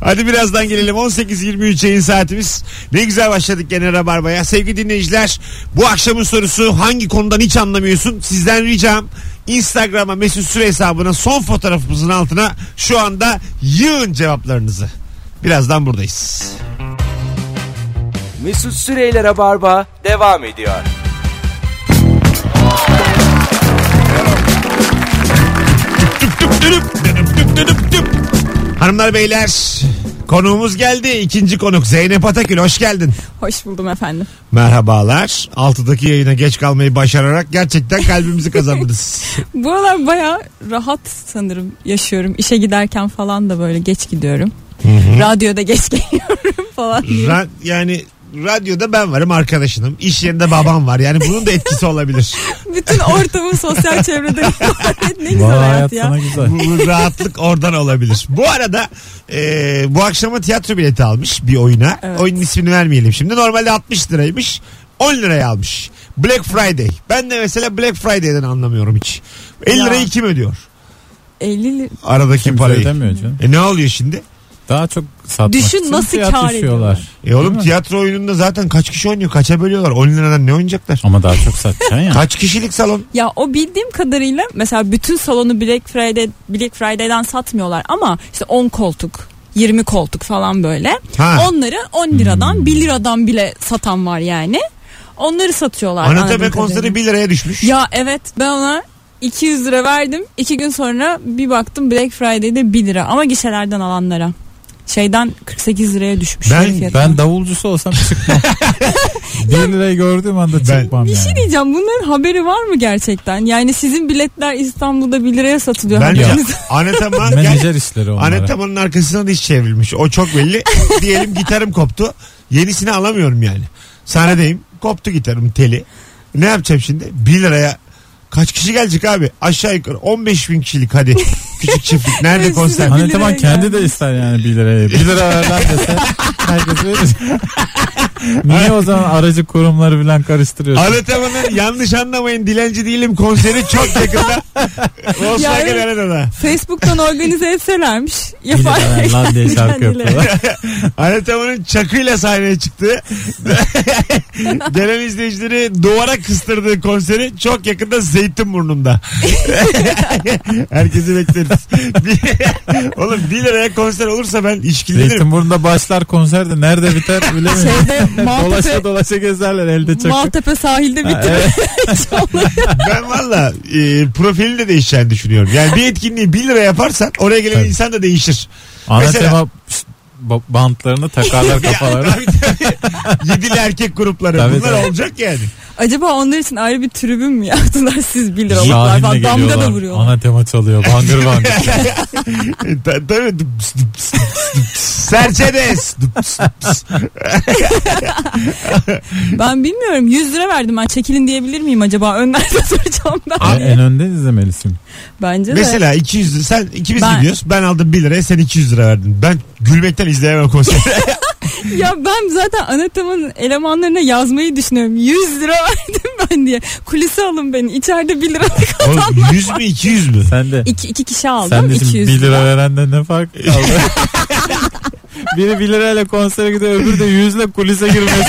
Speaker 2: Hadi birazdan gelelim. 18.23 yayın saatimiz. Ne güzel başladık gene Rabarba'ya. Sevgili dinleyiciler bu akşamın sorusu hangi konudan hiç anlamıyorsun? Sizden ricam Instagram'a Mesut Süre hesabına son fotoğrafımızın altına şu anda yığın cevaplarınızı. Birazdan buradayız.
Speaker 1: Mesut Süreyler'e barba devam ediyor.
Speaker 2: Tüp tüp tüp tüp tüp tüp. Hanımlar beyler konuğumuz geldi. İkinci konuk Zeynep Atakül hoş geldin.
Speaker 8: Hoş buldum efendim.
Speaker 2: Merhabalar. 6'daki yayına geç kalmayı başararak gerçekten kalbimizi kazandınız.
Speaker 8: Bu aralar baya rahat sanırım yaşıyorum. İşe giderken falan da böyle geç gidiyorum. Radyoda geç geliyorum falan.
Speaker 2: Ra- yani radyoda ben varım arkadaşınım. İş yerinde babam var. Yani bunun da etkisi olabilir.
Speaker 8: Bütün ortamı sosyal çevrede ibaret. ne güzel
Speaker 3: Vay
Speaker 8: hayat
Speaker 3: hayat
Speaker 8: ya.
Speaker 3: sana güzel.
Speaker 2: Bu bu rahatlık oradan olabilir. Bu arada e, bu akşama tiyatro bileti almış bir oyuna.
Speaker 8: Evet.
Speaker 2: Oyunun ismini vermeyelim şimdi. Normalde 60 liraymış. 10 liraya almış. Black Friday. Ben de mesela Black Friday'den anlamıyorum hiç. 50
Speaker 8: Ya.
Speaker 2: lirayı kim ödüyor?
Speaker 8: 50 li-
Speaker 2: Aradaki
Speaker 3: Kimse
Speaker 2: parayı.
Speaker 3: ödemiyor canım.
Speaker 2: E ne oluyor şimdi?
Speaker 3: Daha çok satmak
Speaker 8: Düşün
Speaker 3: için
Speaker 8: nasıl
Speaker 3: fiyat
Speaker 8: kar
Speaker 3: düşüyorlar.
Speaker 8: ediyorlar.
Speaker 2: E oğlum
Speaker 3: Değil mi?
Speaker 2: tiyatro oyununda zaten kaç kişi oynuyor? Kaça bölüyorlar? 10 liradan ne oynayacaklar?
Speaker 3: Ama daha çok satacaksın ya.
Speaker 2: Kaç kişilik salon?
Speaker 8: Ya o bildiğim kadarıyla mesela bütün salonu Black Friday Black Friday'den satmıyorlar ama işte 10 koltuk 20 koltuk falan böyle.
Speaker 2: Ha.
Speaker 8: Onları 10 liradan 1 liradan bile satan var yani. Onları satıyorlar. anladığım
Speaker 2: Anatomy
Speaker 8: kadarıyla.
Speaker 2: konseri 1 liraya düşmüş.
Speaker 8: Ya evet ben ona 200 lira verdim. 2 gün sonra bir baktım Black Friday'de 1 lira ama gişelerden alanlara. Şeyden 48 liraya düşmüş.
Speaker 2: Ben-
Speaker 8: yarı fiyatına.
Speaker 3: Ben davulcusu olsam çıkmam. Bir lirayı gördüğüm anda çıkmam
Speaker 8: bir şey
Speaker 3: yani.
Speaker 8: diyeceğim bunların haberi var mı gerçekten? Yani sizin biletler İstanbul'da 1 liraya satılıyor.
Speaker 2: Bence
Speaker 8: haberiniz-
Speaker 2: Anatomy gel.
Speaker 3: Menajer işleri onlara.
Speaker 2: Anatoma'nın arkasından iş çevrilmiş. O çok belli. Diyelim gitarım koptu. Yenisini alamıyorum yani. Sahnedeyim. Koptu gitarım teli. Ne yapacağım şimdi? 1 liraya kaç kişi gelecek abi? Aşağı yukarı 15 bin kişilik hadi. Küçük çiftlik. Nerede
Speaker 8: Mesut'un
Speaker 2: konser?
Speaker 8: bir
Speaker 3: Anlataman
Speaker 8: liraya
Speaker 3: kendi de
Speaker 8: gelmiş.
Speaker 3: ister yani 1 liraya. 1 lira ver lan dese herkes verir. Niye o zaman aracı kurumları falan karıştırıyorsun?
Speaker 2: Anlatamadım. Yanlış anlamayın. Dilenci değilim konseri çok yakında. Volkswagen
Speaker 8: Yarın-
Speaker 2: Arena'da.
Speaker 8: Facebook'tan organize etselermiş.
Speaker 3: Bir de
Speaker 8: Yapar.
Speaker 3: ben lan diye şarkı
Speaker 8: Kendileri.
Speaker 3: yapıyorlar.
Speaker 2: Anlatamanın çakıyla sahneye çıktı. Gelen izleyicileri duvara kıstırdığı konseri çok yakında Zeytinburnu'nda. Herkesi bekleriz. Bir- Oğlum 1 liraya konser olursa ben işkillenirim.
Speaker 3: Zeytinburnu'nda başlar konser de nerede biter bilemiyorum.
Speaker 8: Şeyde
Speaker 3: dolaşa
Speaker 8: Maltepe,
Speaker 3: dolaşa gezerler elde çakı.
Speaker 8: Maltepe sahilde bitti.
Speaker 2: Ben valla e, profilini de değişeceğini düşünüyorum. Yani bir etkinliği 1 lira yaparsan oraya gelen
Speaker 3: Tabii.
Speaker 2: insan da değişir.
Speaker 3: Anatema ba- bantlarını takarlar kafalarına.
Speaker 2: Tabii, tabii. Yedili erkek grupları.
Speaker 3: Tabii,
Speaker 2: Bunlar
Speaker 3: tabii.
Speaker 2: olacak yani.
Speaker 8: Acaba onlar için ayrı bir tribün mü yaptılar siz 1 liralıklar
Speaker 3: Şahinle
Speaker 8: falan. Damga da
Speaker 3: geliyorlar.
Speaker 8: vuruyorlar.
Speaker 3: Anatema çalıyor. Bangır bangır.
Speaker 2: E, ta- Tabii. Dups, dups, dups, dups. Serçedes. Dups, dups.
Speaker 8: Ben bilmiyorum 100 lira verdim ben çekilin diyebilir miyim acaba? Önlerde soracağım
Speaker 3: en,
Speaker 8: ben.
Speaker 3: en önde izlemelisin.
Speaker 8: Bence de.
Speaker 2: Mesela 200 lira- sen ikimiz
Speaker 8: Ben-
Speaker 2: gidiyoruz. Ben aldım 1 liraya sen 200 lira verdin. Ben gülmekten izleyemem konseri.
Speaker 8: Ya ben zaten anatomun elemanlarına yazmayı düşünüyorum. 100 lira verdim ben diye. Kulise alın beni. İçeride 1 lira.
Speaker 2: Oğlum 100 mü 200 mü?
Speaker 3: Sen de.
Speaker 8: İki, iki kişi
Speaker 3: Sen
Speaker 8: aldım.
Speaker 3: de
Speaker 8: 200
Speaker 3: 1 lira verenden ne fark kaldı? Biri 1 lirayla konsere gidiyor öbürü de 100 ile kulise girmesi.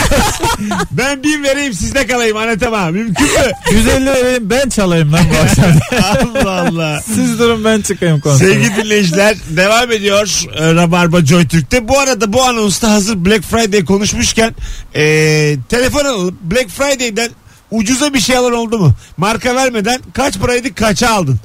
Speaker 2: Ben 1000 vereyim sizde kalayım anlatamam. Mümkün mü?
Speaker 3: 150 vereyim ben çalayım lan bu akşam.
Speaker 2: Allah Allah.
Speaker 3: Siz durun ben çıkayım konsere.
Speaker 2: Sevgili dinleyiciler devam ediyor e, Rabarba Joy Türk'te. Bu arada bu anonsta hazır Black Friday konuşmuşken e, telefon alalım. Black Friday'den ucuza bir şey alan oldu mu? Marka vermeden kaç paraydı kaça aldın?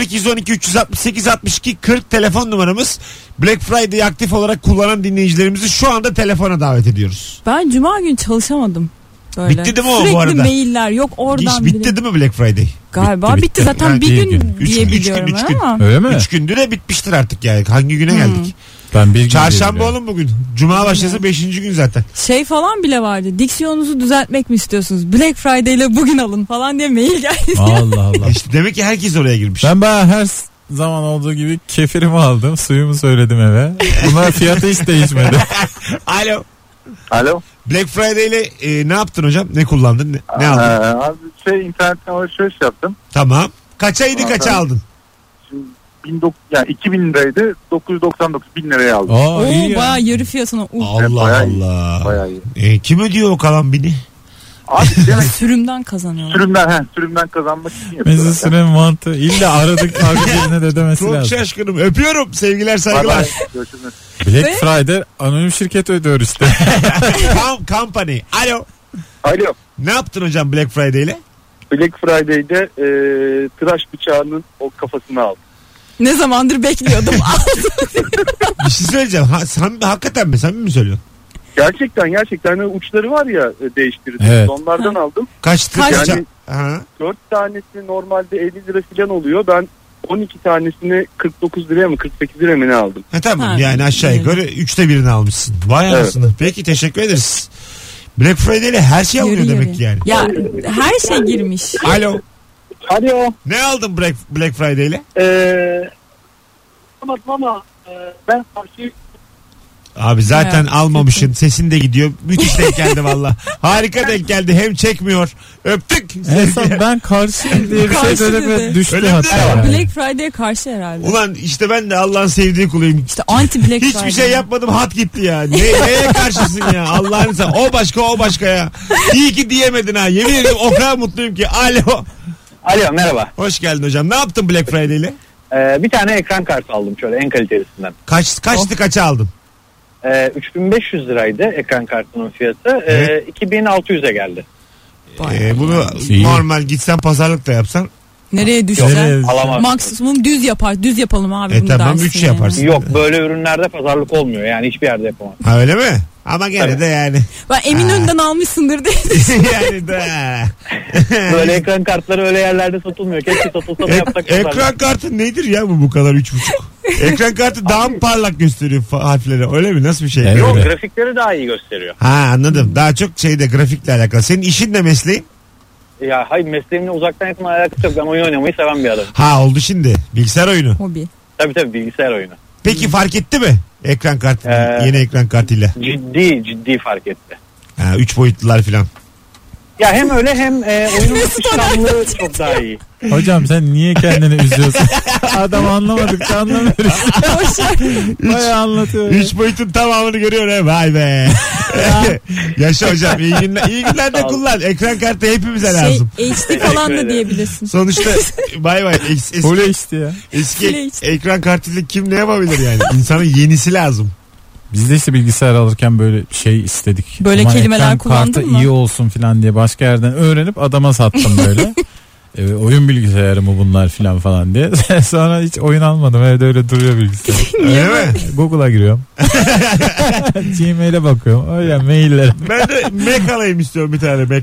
Speaker 2: 0212 368 62 40 telefon numaramız. Black Friday aktif olarak kullanan dinleyicilerimizi şu anda telefona davet ediyoruz.
Speaker 8: Ben cuma günü çalışamadım. Böyle.
Speaker 2: Bitti değil mi o bu
Speaker 8: Sürekli
Speaker 2: arada?
Speaker 8: mailler yok oradan
Speaker 2: İş bitti değil mi Black Friday?
Speaker 8: Galiba
Speaker 3: Bitti,
Speaker 8: bitti,
Speaker 3: bitti.
Speaker 8: zaten
Speaker 3: Ha,
Speaker 8: bir
Speaker 3: iyi
Speaker 8: gün,
Speaker 3: gün.
Speaker 2: Üç
Speaker 8: diye
Speaker 2: gün, üç
Speaker 8: biliyorum
Speaker 2: gün, üç gün.
Speaker 8: ama.
Speaker 3: Öyle mi?
Speaker 2: 3 gündür de bitmiştir artık yani. Hangi güne geldik?
Speaker 3: Ben bir gün
Speaker 2: Çarşamba
Speaker 3: diyebiliyorum.
Speaker 2: oğlum bugün. Cuma başlasa 5. gün zaten.
Speaker 8: Şey falan bile vardı. Diksiyonunuzu düzeltmek mi istiyorsunuz? Black Friday ile bugün alın falan diye mail geldi.
Speaker 3: Allah Allah.
Speaker 2: İşte demek ki herkes oraya girmiş.
Speaker 3: Ben bayağı her s- zaman olduğu gibi kefirimi aldım. Suyumu söyledim eve. Bunlar fiyatı hiç değişmedi.
Speaker 2: Alo.
Speaker 9: Alo.
Speaker 2: Black Friday ile e, ne yaptın hocam? Ne kullandın? Ne, ne aldın?
Speaker 9: Ee, abi şey internetten alışveriş yaptım.
Speaker 2: Tamam. Kaçaydı
Speaker 9: Aa,
Speaker 2: kaça
Speaker 9: ben-
Speaker 2: aldın?
Speaker 9: Şimdi 1900, yani 2000 liraydı 999 bin liraya aldım.
Speaker 3: Aa,
Speaker 8: Oo,
Speaker 3: iyi ya.
Speaker 8: bayağı yarı fiyatına. Uh,
Speaker 2: Allah
Speaker 9: bayağı iyi.
Speaker 2: Allah.
Speaker 9: Bayağı iyi.
Speaker 2: E, kim ödüyor o kalan bini?
Speaker 9: Abi demek ki
Speaker 8: sürümden kazanıyorlar.
Speaker 9: sürümden, he, sürümden kazanmak için yapıyorlar.
Speaker 3: Mesut Süren mantığı. İlla aradık farklı birine de ödemesi
Speaker 2: Çok şey-
Speaker 3: lazım.
Speaker 2: şaşkınım. Öpüyorum. Sevgiler
Speaker 9: Bay bay.
Speaker 2: saygılar.
Speaker 9: Görüşürüz.
Speaker 3: Black Friday anonim şirket ödüyor işte.
Speaker 2: Kam company. Alo.
Speaker 9: Alo.
Speaker 2: Ne yaptın hocam Black Friday ile?
Speaker 9: Black Friday'de e, tıraş bıçağının o kafasını aldım.
Speaker 8: Ne zamandır bekliyordum.
Speaker 2: Bir şey söyleyeceğim. Ha, sen, hakikaten mi? Sen mi söylüyorsun?
Speaker 9: Gerçekten gerçekten hani uçları var ya e, değiştirdim.
Speaker 3: Evet.
Speaker 9: Onlardan aldım.
Speaker 2: Kaçtı?
Speaker 8: Kaç-
Speaker 2: kaça-
Speaker 9: Yani-
Speaker 2: Ha.
Speaker 9: 4 tanesi normalde 50 lira falan oluyor. Ben 12 tanesini 49 liraya mı 48 liraya mı ne aldım?
Speaker 2: Ha, tamam
Speaker 8: Ha,
Speaker 2: yani aşağı yukarı üçte birini almışsın. Vay
Speaker 9: Evet.
Speaker 2: anasını. Peki teşekkür ederiz. Black Friday ile her şey alınıyor
Speaker 8: Yarı
Speaker 2: demek
Speaker 8: yarı.
Speaker 2: ki yani.
Speaker 8: ya her şey girmiş.
Speaker 2: Alo.
Speaker 4: Alo.
Speaker 2: Ne aldın Black, Black Friday ile?
Speaker 4: Ee, anlamadım ama e, ben karşı
Speaker 2: Abi zaten
Speaker 8: Evet.
Speaker 2: almamışsın. Sesin de gidiyor. Müthiş denk geldi valla. Harika denk geldi. Hem çekmiyor. Öptük.
Speaker 3: En son ben karşıyım diye bir şey
Speaker 8: Karşı
Speaker 3: söyledim ve
Speaker 8: dedi.
Speaker 3: düştü
Speaker 2: Öyle mi?
Speaker 3: hatta. yani.
Speaker 8: Black Friday'e karşı herhalde.
Speaker 2: Ulan işte ben de Allah'ın sevdiği kuluyum.
Speaker 8: İşte anti Black Friday.
Speaker 2: Hiçbir şey yapmadım hat gitti ya. Ne, neye karşısın ya Allah'ın sen. O başka o başka ya. İyi ki diyemedin ha. Yemin ediyorum o kadar mutluyum ki. Alo.
Speaker 10: Alo merhaba.
Speaker 2: Hoş geldin hocam. Ne yaptın Black Friday ile?
Speaker 10: Ee, bir tane ekran kartı aldım şöyle en kalitelisinden.
Speaker 2: Kaç,
Speaker 8: Oh.
Speaker 2: kaçtı kaça aldın?
Speaker 10: Ee, 3500 liraydı ekran kartının fiyatı. Ee,
Speaker 2: Evet.
Speaker 10: 2600'e geldi.
Speaker 2: Ee, bunu
Speaker 3: İyi.
Speaker 2: normal gitsen pazarlık da yapsan.
Speaker 8: Nereye
Speaker 3: Nereye-
Speaker 8: düşeceksin?
Speaker 10: Alamam.
Speaker 8: Maksimum düz yapar. Düz yapalım abi
Speaker 2: E
Speaker 8: bunu
Speaker 2: tamam,
Speaker 8: dersin.
Speaker 2: üç
Speaker 8: yani.
Speaker 2: yaparsın.
Speaker 10: Yok böyle ürünlerde pazarlık olmuyor yani hiçbir yerde yapamam.
Speaker 2: Ha öyle mi? Ama gene de yani.
Speaker 8: Ben Eminönü'nden almışsındır diye.
Speaker 2: yani de.
Speaker 10: Böyle ekran kartları öyle yerlerde satılmıyor. Keşke satılsa da
Speaker 2: Ek-
Speaker 10: yapsak. pazarlık.
Speaker 2: ekran kartı nedir ya bu bu kadar üç buçuk? ekran kartı daha mı parlak gösteriyor fa- harfleri? Öyle mi? Nasıl bir şey?
Speaker 3: Evet.
Speaker 10: Yok
Speaker 3: Öyle.
Speaker 10: grafikleri daha iyi gösteriyor.
Speaker 2: Ha anladım. Daha çok şeyde grafikle alakalı. Senin işin de mesleğin?
Speaker 10: Ya hayır mesleğimle uzaktan yakın alakası yok. Ben oyun oynamayı seven bir adamım.
Speaker 2: Ha oldu şimdi. Bilgisayar oyunu.
Speaker 8: Hobi.
Speaker 10: Tabii tabii bilgisayar oyunu.
Speaker 2: Peki fark etti mi? Ekran kartı.
Speaker 10: Ee,
Speaker 2: yeni ekran kartıyla.
Speaker 10: Ciddi ciddi fark etti.
Speaker 2: Ha, Ha, üç boyutlular filan.
Speaker 10: Ya hem öyle hem e, oyunun akışkanlığı çok daha iyi.
Speaker 3: Hocam sen niye kendini üzüyorsun? Adam anlamadık da anlamıyoruz.
Speaker 8: şey-
Speaker 3: Bayağı anlatıyor.
Speaker 2: Üç boyutun tamamını görüyor he. Vay be. Yaşa hocam. iyi günler, iyi günler de kullan. Ekran kartı hepimize
Speaker 8: Şey,
Speaker 2: lazım.
Speaker 8: HD falan da
Speaker 10: ederim.
Speaker 8: diyebilirsin.
Speaker 2: Sonuçta bay bay. Es- eski-
Speaker 3: Öyle işte ya.
Speaker 2: Eski
Speaker 8: Bile hiç.
Speaker 2: ekran kartıyla kim ne yapabilir yani? İnsanın yenisi lazım.
Speaker 3: Biz de işte bilgisayar alırken böyle şey istedik.
Speaker 8: Böyle kelimeler
Speaker 3: ekran
Speaker 8: kullandın
Speaker 3: kartı
Speaker 8: mı?
Speaker 3: iyi olsun falan diye başka yerden öğrenip adama sattım böyle. E, oyun bilgisayarı mı bunlar filan falan diye. Sonra hiç oyun almadım. Evde öyle duruyor bilgisayar.
Speaker 2: Öyle mi?
Speaker 3: Google'a giriyorum. Gmail'e bakıyorum. Öyle maillere.
Speaker 2: Ben de Mac alayım istiyorum bir tane Mac.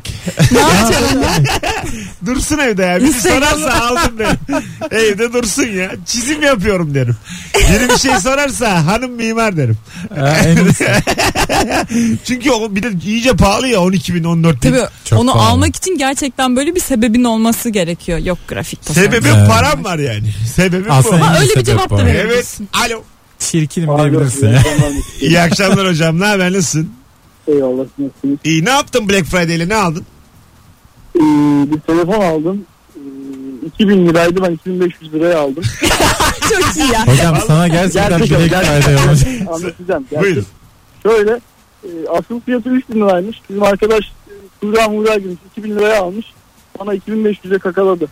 Speaker 8: ne yapacağım ben?
Speaker 2: Dursun evde ya. Biri sorarsa aldım derim. evde dursun ya. Çizim yapıyorum derim. Biri bir şey sorarsa hanım mimar derim.
Speaker 3: Ha, en iyisi.
Speaker 2: Çünkü o bir de iyice pahalı ya 12 bin 14 bin.
Speaker 8: Tabii
Speaker 3: Çok
Speaker 8: onu
Speaker 3: pahalı.
Speaker 8: almak için gerçekten böyle bir sebebin olması gerekiyor. Yok grafik tasarım.
Speaker 2: Sebebim
Speaker 3: Evet.
Speaker 2: param var yani. Sebebim
Speaker 3: Aslında
Speaker 8: Ha,
Speaker 3: en iyi
Speaker 8: öyle bir
Speaker 3: sebep
Speaker 8: cevap
Speaker 3: bu.
Speaker 8: da verelim.
Speaker 2: Evet. Alo.
Speaker 3: Çirkinim diyebilirsin. ya.
Speaker 2: İyi akşamlar hocam. Ne haber? Nasılsın?
Speaker 9: Eyvallah. Nasılsınız?
Speaker 2: İyi. Ne yaptın Black Friday ile? Ne aldın?
Speaker 9: Ee, bir telefon aldım. Ee, 2000 liraydı ben 2500 liraya aldım.
Speaker 8: bu. Çok iyi ya.
Speaker 3: Hocam sana gerçekten
Speaker 9: Gerçek o,
Speaker 3: bilek
Speaker 9: gerçek.
Speaker 3: fayda olacak.
Speaker 9: Anlatacağım.
Speaker 2: Buyurun.
Speaker 9: Şöyle e, asıl fiyatı 3000 liraymış. Bizim arkadaş e, Kuzra Muğra girmiş 2000 liraya almış. Bana 2500'e kakaladı.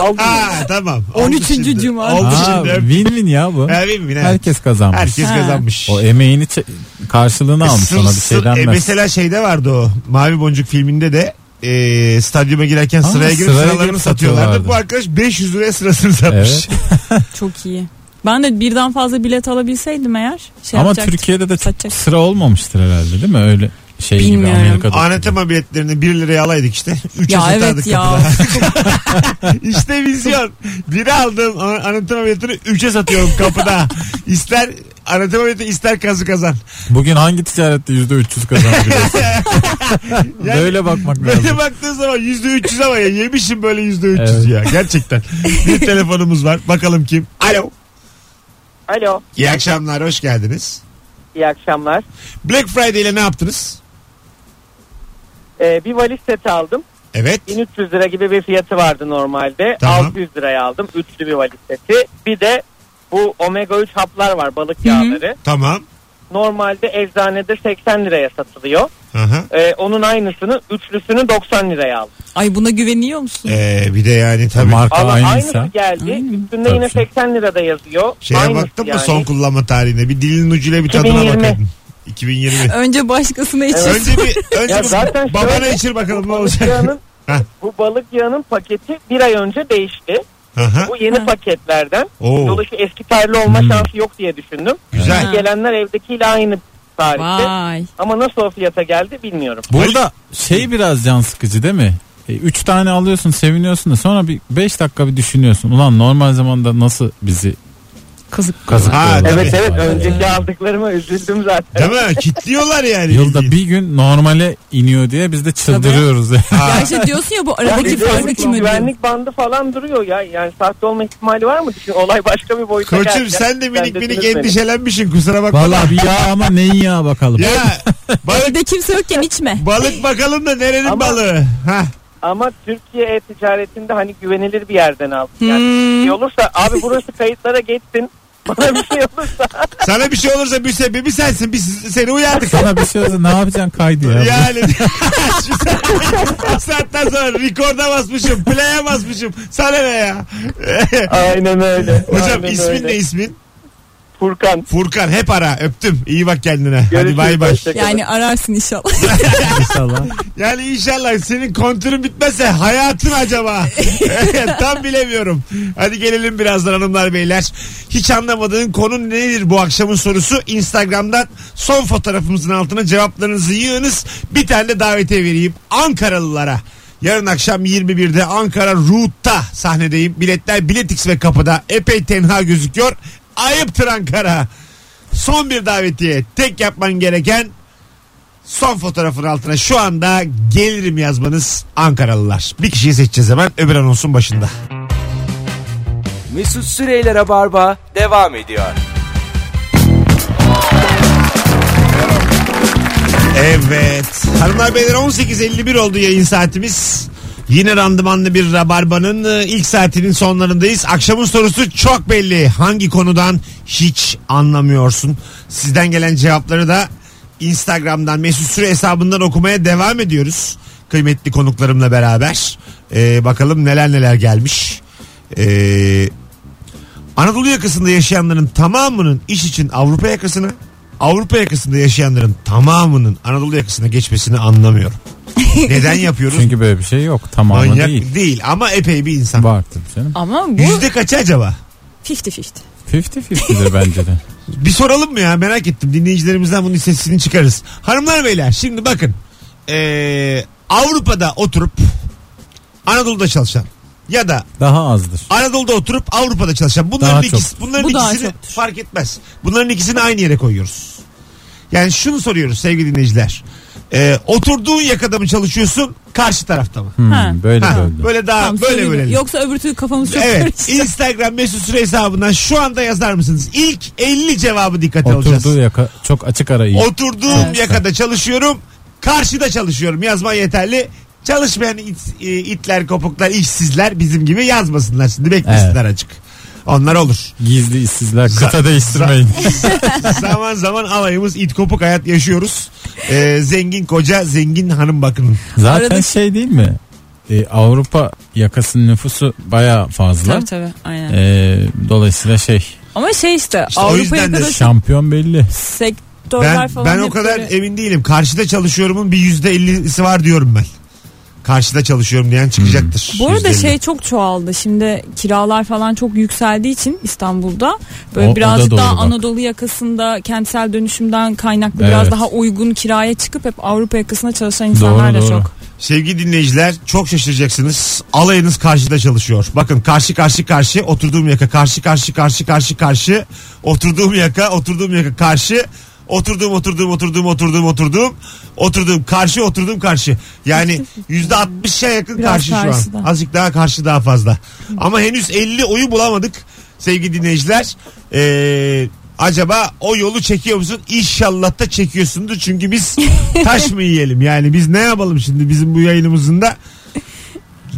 Speaker 9: Aldım.
Speaker 2: Aa tamam. Oldu
Speaker 8: 13.
Speaker 2: şimdi.
Speaker 8: Cuma.
Speaker 2: Oldu
Speaker 3: Aa,
Speaker 2: şimdi.
Speaker 3: win win ya bu.
Speaker 2: Ha, değil mi? Evet.
Speaker 3: Herkes kazanmış.
Speaker 2: Herkes
Speaker 8: Ha.
Speaker 2: kazanmış.
Speaker 3: O emeğini çe- karşılığını almış
Speaker 2: Sır-
Speaker 3: sana bir
Speaker 2: sır-
Speaker 3: şey
Speaker 2: e,
Speaker 3: denmez.
Speaker 2: mesela şeyde vardı o Mavi Boncuk filminde de e, stadyuma girerken
Speaker 3: Ha,
Speaker 2: sıraya girip
Speaker 3: sıraya
Speaker 2: sıralarını
Speaker 3: girip
Speaker 2: satıyorlardı.
Speaker 3: satıyorlardı.
Speaker 2: Bu arkadaş 500 liraya sırasını satmış.
Speaker 3: Evet.
Speaker 8: Çok iyi. Ben de birden fazla bilet alabilseydim eğer şey
Speaker 3: Ama
Speaker 8: yapacaktım.
Speaker 3: Türkiye'de de çok
Speaker 8: Satacak.
Speaker 3: sıra olmamıştır herhalde değil mi? Öyle şey
Speaker 8: Bilmiyorum.
Speaker 3: gibi Amerika'da.
Speaker 2: Anatema biletlerini 1 liraya alaydık işte. 3'e
Speaker 8: Ya
Speaker 2: satardık
Speaker 8: evet ya.
Speaker 2: kapıda. işte vizyon. Biri aldım an- anatema biletini 3'e satıyorum kapıda. ister anatema bileti ister kazı kazan.
Speaker 3: Bugün hangi ticarette %300 kazanabiliyorsun?
Speaker 2: Yani-
Speaker 3: Böyle bakmak
Speaker 2: Böyle
Speaker 3: lazım.
Speaker 2: baktığın zaman %300 ama ya yemişim böyle %300
Speaker 3: Evet.
Speaker 2: ya. Gerçekten. Bir telefonumuz var. Bakalım kim? Alo.
Speaker 5: Alo
Speaker 2: İyi akşamlar. Hoş geldiniz.
Speaker 5: iyi akşamlar.
Speaker 2: Black Friday ile ne yaptınız?
Speaker 5: Ee, bir valiz seti aldım.
Speaker 2: Evet.
Speaker 5: 1300 lira gibi bir fiyatı vardı normalde.
Speaker 2: Tamam.
Speaker 5: 600 liraya aldım. Üçlü bir valiz seti. Bir de bu omega 3 haplar var balık yağları.
Speaker 2: Tamam.
Speaker 5: Normalde eczanede 80 liraya satılıyor.
Speaker 2: Aha.
Speaker 5: Ee, onun aynısını üçlüsünü 90 liraya aldım.
Speaker 8: Ay buna güveniyor musun?
Speaker 2: Ee, bir de yani tabii
Speaker 3: Marka
Speaker 5: Valla
Speaker 3: aynıysa.
Speaker 5: aynısı geldi.
Speaker 8: Aynı.
Speaker 5: Üstünde yine
Speaker 3: Tabii.
Speaker 5: 80 lirada yazıyor.
Speaker 2: şeye
Speaker 5: aynısı
Speaker 2: baktın mı
Speaker 5: yani.
Speaker 2: son kullanma tarihine? Bir dilin ucuyla bir tadına
Speaker 5: 2020.
Speaker 2: bakaydın. 2020.
Speaker 8: Önce başkasına içirsin.
Speaker 2: önce bir önce
Speaker 5: Ya
Speaker 2: bir
Speaker 5: zaten
Speaker 2: babana
Speaker 5: şöyle-
Speaker 2: içir bakalım ne
Speaker 5: Bu balık
Speaker 2: olacak.
Speaker 5: yağının-
Speaker 2: Heh.
Speaker 5: bu balık yağının paketi bir ay önce değişti.
Speaker 2: Aha.
Speaker 5: Bu yeni
Speaker 8: Ha.
Speaker 5: paketlerden.
Speaker 2: Oo, Hmm.
Speaker 5: Dolayısıyla eski tarihli olma şansı yok diye düşündüm.
Speaker 2: güzel.
Speaker 8: Ha.
Speaker 5: Gelenler evdekiyle aynı tarihte.
Speaker 8: Vay.
Speaker 5: Ama nasıl o fiyata geldi bilmiyorum.
Speaker 3: Burada şey biraz can sıkıcı değil mi? E, Üç tane alıyorsun seviniyorsun da sonra bir beş dakika bir düşünüyorsun. Ulan normal zamanda nasıl bizi
Speaker 8: Kazık.
Speaker 2: Ha,
Speaker 3: kazıklarlar?
Speaker 2: tabii.
Speaker 5: Evet evet
Speaker 3: Vay be.
Speaker 5: önceki aldıklarıma üzüldüm zaten.
Speaker 2: Değil mi? Kitliyorlar yani.
Speaker 3: Yılda
Speaker 2: bildiğin.
Speaker 3: bir gün normale iniyor diye biz de çıldırıyoruz.
Speaker 8: Ya işte diyorsun ya bu aradaki
Speaker 5: Yani
Speaker 8: farkı
Speaker 5: diyorum ki
Speaker 8: kim ödüyor?
Speaker 5: Güvenlik bandı falan duruyor ya. Yani sahte olma ihtimali var mı? Düşün, olay başka bir boyuta geldi.
Speaker 2: Koçum sen de minik minik
Speaker 5: Bendesiniz
Speaker 2: endişelenmişsin kusura bakma.
Speaker 3: Vallahi bir yağ ama neyin yağı bakalım.
Speaker 2: Ya balık,
Speaker 8: Evde kimse yokken içme.
Speaker 2: balık bakalım da nerenin
Speaker 5: Ama-
Speaker 2: balığı? Ha.
Speaker 5: beni. Ama Türkiye e-ticaretinde hani güvenilir bir yerden aldım. Yani
Speaker 8: Hmm.
Speaker 5: bir şey olursa abi burası kayıtlara geçsin. Bana bir şey olursa.
Speaker 2: Sana bir şey olursa bir sebebi sensin. Biz seni uyardık.
Speaker 3: Sana bir şey olsa ne yapacaksın kaydı ya.
Speaker 2: Yani Şu saat- bu saatten sonra rekorda basmışım, play'e basmışım. Sana ne ya?
Speaker 5: Aynen öyle.
Speaker 2: Hocam
Speaker 5: Aynen
Speaker 2: ismin
Speaker 5: öyle.
Speaker 2: ne ismin?
Speaker 5: Furkan.
Speaker 2: Furkan hep ara öptüm. İyi bak kendine. Hadi
Speaker 5: Görüşürüz,
Speaker 2: bay bay.
Speaker 5: hoşça kalın.
Speaker 8: Yani ararsın inşallah.
Speaker 3: İnşallah.
Speaker 2: Yani inşallah senin kontürün bitmezse hayatın acaba. Tam bilemiyorum. Hadi gelelim birazdan hanımlar beyler. Hiç anlamadığın konu nedir bu akşamın sorusu? Instagram'dan son fotoğrafımızın altına cevaplarınızı yığınız. Bir tane de davetiye vereyim Ankaralılara. Yarın akşam 21'de Ankara Root'ta sahnedeyim. Biletler Biletix ve kapıda. Epey tenha gözüküyor. Ayıptır Ankara. Son bir davetiye. Tek yapman gereken Son fotoğrafın altına şu anda gelirim yazmanız Ankaralılar. Bir kişiyi seçeceğiz hemen öbür anonsun başında.
Speaker 1: Mesut Süreyler'e barba devam ediyor.
Speaker 2: Evet. Hanımlar beyler 18.51 oldu yayın saatimiz. Yine randımanlı bir rabarbanın e, ilk saatinin sonlarındayız. Akşamın sorusu çok belli. Hangi konudan hiç anlamıyorsun? Sizden gelen cevapları da Instagram'dan Mesut Süre hesabından okumaya devam ediyoruz. Kıymetli konuklarımla beraber. E, bakalım neler neler gelmiş. E, Eee Anadolu yakasında yaşayanların tamamının iş için Avrupa yakasına, Avrupa yakasında yaşayanların tamamının Anadolu yakasına geçmesini anlamıyorum. Neden yapıyoruz?
Speaker 3: Çünkü böyle bir şey yok. Tamamı
Speaker 2: Manyak
Speaker 3: değil.
Speaker 2: değil. ama epey bir insan.
Speaker 3: Vardır canım.
Speaker 8: Ama bu
Speaker 2: Yüzde kaçı acaba?
Speaker 8: 50-50.
Speaker 3: 50-50'dir bence de.
Speaker 2: Bir soralım mı ya merak ettim. Dinleyicilerimizden bunun sesini çıkarız. Hanımlar beyler şimdi bakın. Ee, Avrupa'da oturup Anadolu'da çalışan ya da
Speaker 3: Daha azdır.
Speaker 2: Anadolu'da oturup Avrupa'da çalışan. Bunların
Speaker 3: Daha
Speaker 2: ikisi,
Speaker 3: çoktur.
Speaker 2: bunların
Speaker 8: Bu daha
Speaker 2: ikisini fark etmez. Bunların ikisini aynı yere koyuyoruz. Yani şunu soruyoruz sevgili dinleyiciler. Ee, oturduğun yakada mı çalışıyorsun, karşı tarafta mı?
Speaker 8: Ha.
Speaker 3: Hmm, böyle
Speaker 2: Ha,
Speaker 3: böyle.
Speaker 2: böyle daha
Speaker 8: Tamam,
Speaker 2: böyle
Speaker 8: söyleyeyim.
Speaker 2: böyle.
Speaker 8: Yoksa öbür türlü kafamız çok
Speaker 2: Evet.
Speaker 8: karışacak.
Speaker 2: Instagram Mesut Süre hesabından şu anda yazar mısınız? İlk 50 cevabı dikkate alacağız.
Speaker 3: Oturduğu yaka çok açık ara iyi.
Speaker 2: Oturduğum
Speaker 8: Evet.
Speaker 2: yakada çalışıyorum. Karşıda çalışıyorum. Yazma yeterli. Çalışmayan it- e, itler, kopuklar, işsizler bizim gibi yazmasınlar şimdi. Beklesinler açık. Onlar olur.
Speaker 3: Gizli işsizler. Kıta değiştirmeyin.
Speaker 2: zaman zaman alayımız it kopuk hayat yaşıyoruz. Ee, zengin koca, zengin hanım bakın.
Speaker 3: Zaten
Speaker 8: Arada-
Speaker 3: şey değil mi? Ee, Avrupa yakasının nüfusu baya fazla.
Speaker 8: Tabii tabii aynen.
Speaker 3: Ee, dolayısıyla şey
Speaker 8: Ama şey işte,
Speaker 2: İşte o
Speaker 8: Avrupa'ya
Speaker 2: yüzden de
Speaker 8: kadar
Speaker 3: şampiyon belli.
Speaker 8: sektörler
Speaker 2: Ben,
Speaker 8: falan
Speaker 2: ben o
Speaker 8: hep
Speaker 2: kadar
Speaker 8: böyle-
Speaker 2: emin değilim. Karşıda çalışıyorumun bir yüzde ellisi var diyorum ben. Karşıda çalışıyorum diyen çıkacaktır.
Speaker 8: Bu arada
Speaker 2: %50.
Speaker 8: şey çok çoğaldı. Şimdi kiralar falan çok yükseldiği için İstanbul'da böyle
Speaker 3: O- o da
Speaker 8: birazcık
Speaker 3: doğru
Speaker 8: daha
Speaker 3: bak.
Speaker 8: Anadolu yakasında kentsel dönüşümden kaynaklı
Speaker 3: Evet.
Speaker 8: biraz daha uygun kiraya çıkıp hep Avrupa yakasında çalışan insanlar
Speaker 3: Doğru,
Speaker 8: da
Speaker 3: doğru.
Speaker 8: çok.
Speaker 2: Sevgili dinleyiciler çok şaşıracaksınız. Alayınız karşıda çalışıyor. Bakın karşı karşı karşı oturduğum yaka karşı karşı karşı karşı karşı oturduğum yaka oturduğum yaka karşı oturduğum oturduğum oturduğum oturduğum oturduğum oturduğum karşı oturduğum karşı. Yani yüzde %60'a yakın
Speaker 8: Biraz
Speaker 2: karşı şu an.
Speaker 8: karşıda.
Speaker 2: Azıcık daha karşı daha fazla. Ama henüz 50 oyu bulamadık sevgili dinleyiciler. Ee, acaba o yolu çekiyor musun? İnşallah da çekiyorsundur. Çünkü biz taş mı yiyelim? Yani biz ne yapalım şimdi bizim bu yayınımızın da?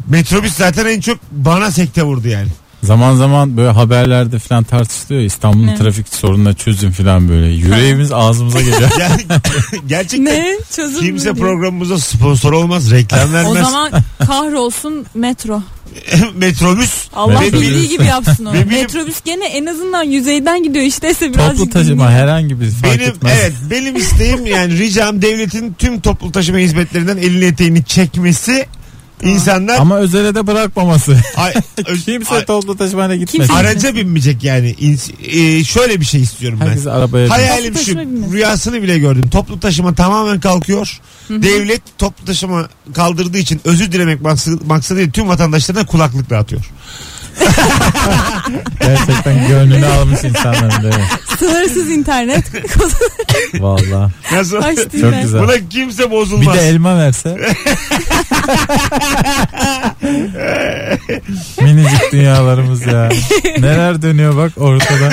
Speaker 2: Metrobüs zaten en çok bana sekte vurdu yani.
Speaker 3: Zaman zaman böyle haberlerde falan tartışılıyor. ya, İstanbul'un
Speaker 8: Evet.
Speaker 3: trafik sorununa çözün falan böyle. Yüreğimiz ağzımıza geliyor.
Speaker 2: Yani gerçekten
Speaker 8: Ne? Çözüm
Speaker 2: kimse
Speaker 8: mü diye.
Speaker 2: programımıza sponsor olmaz, reklam
Speaker 8: O
Speaker 2: vermez.
Speaker 8: zaman kahrolsun metro.
Speaker 2: Metrobüs
Speaker 8: Allah
Speaker 2: Ve
Speaker 8: bildiği
Speaker 2: benim-
Speaker 8: gibi yapsın onu.
Speaker 2: Ve benim-
Speaker 8: Metrobüs gene en azından yüzeyden gidiyor. İşteyse birazcık
Speaker 3: Toplu taşıma
Speaker 8: dinliyor.
Speaker 3: herhangi bir fark
Speaker 2: Benim
Speaker 3: etmez.
Speaker 2: evet benim isteğim yani ricam devletin tüm toplu taşıma hizmetlerinden elini eteğini çekmesi insanlar
Speaker 3: Ama özele de bırakmaması.
Speaker 2: ay, öz-
Speaker 3: Kimse
Speaker 2: ay-
Speaker 3: toplu taşımayla gitmesin.
Speaker 8: Kimse-
Speaker 2: araca binmeyecek yani. İns- e, şöyle bir şey istiyorum ben.
Speaker 3: Herkes arabaya bin.
Speaker 2: Hayalim
Speaker 8: Toplu
Speaker 2: şu
Speaker 8: taşıma binmesi.
Speaker 2: rüyasını bile gördüm. Toplu taşıma tamamen kalkıyor. Devlet toplu taşıma kaldırdığı için özür dilemek maksadı, maksadıyla tüm vatandaşlarına kulaklık dağıtıyor.
Speaker 3: Gerçekten gönlünü almış insanların değil mi?
Speaker 8: Sınırsız internet.
Speaker 3: Valla.
Speaker 2: Nasıl?
Speaker 8: Kaç
Speaker 3: Çok
Speaker 8: dinle.
Speaker 3: güzel.
Speaker 2: Buna kimse
Speaker 3: Bir
Speaker 2: bozulmaz.
Speaker 3: de elma verse. Minicik dünyalarımız ya. Neler dönüyor bak ortada.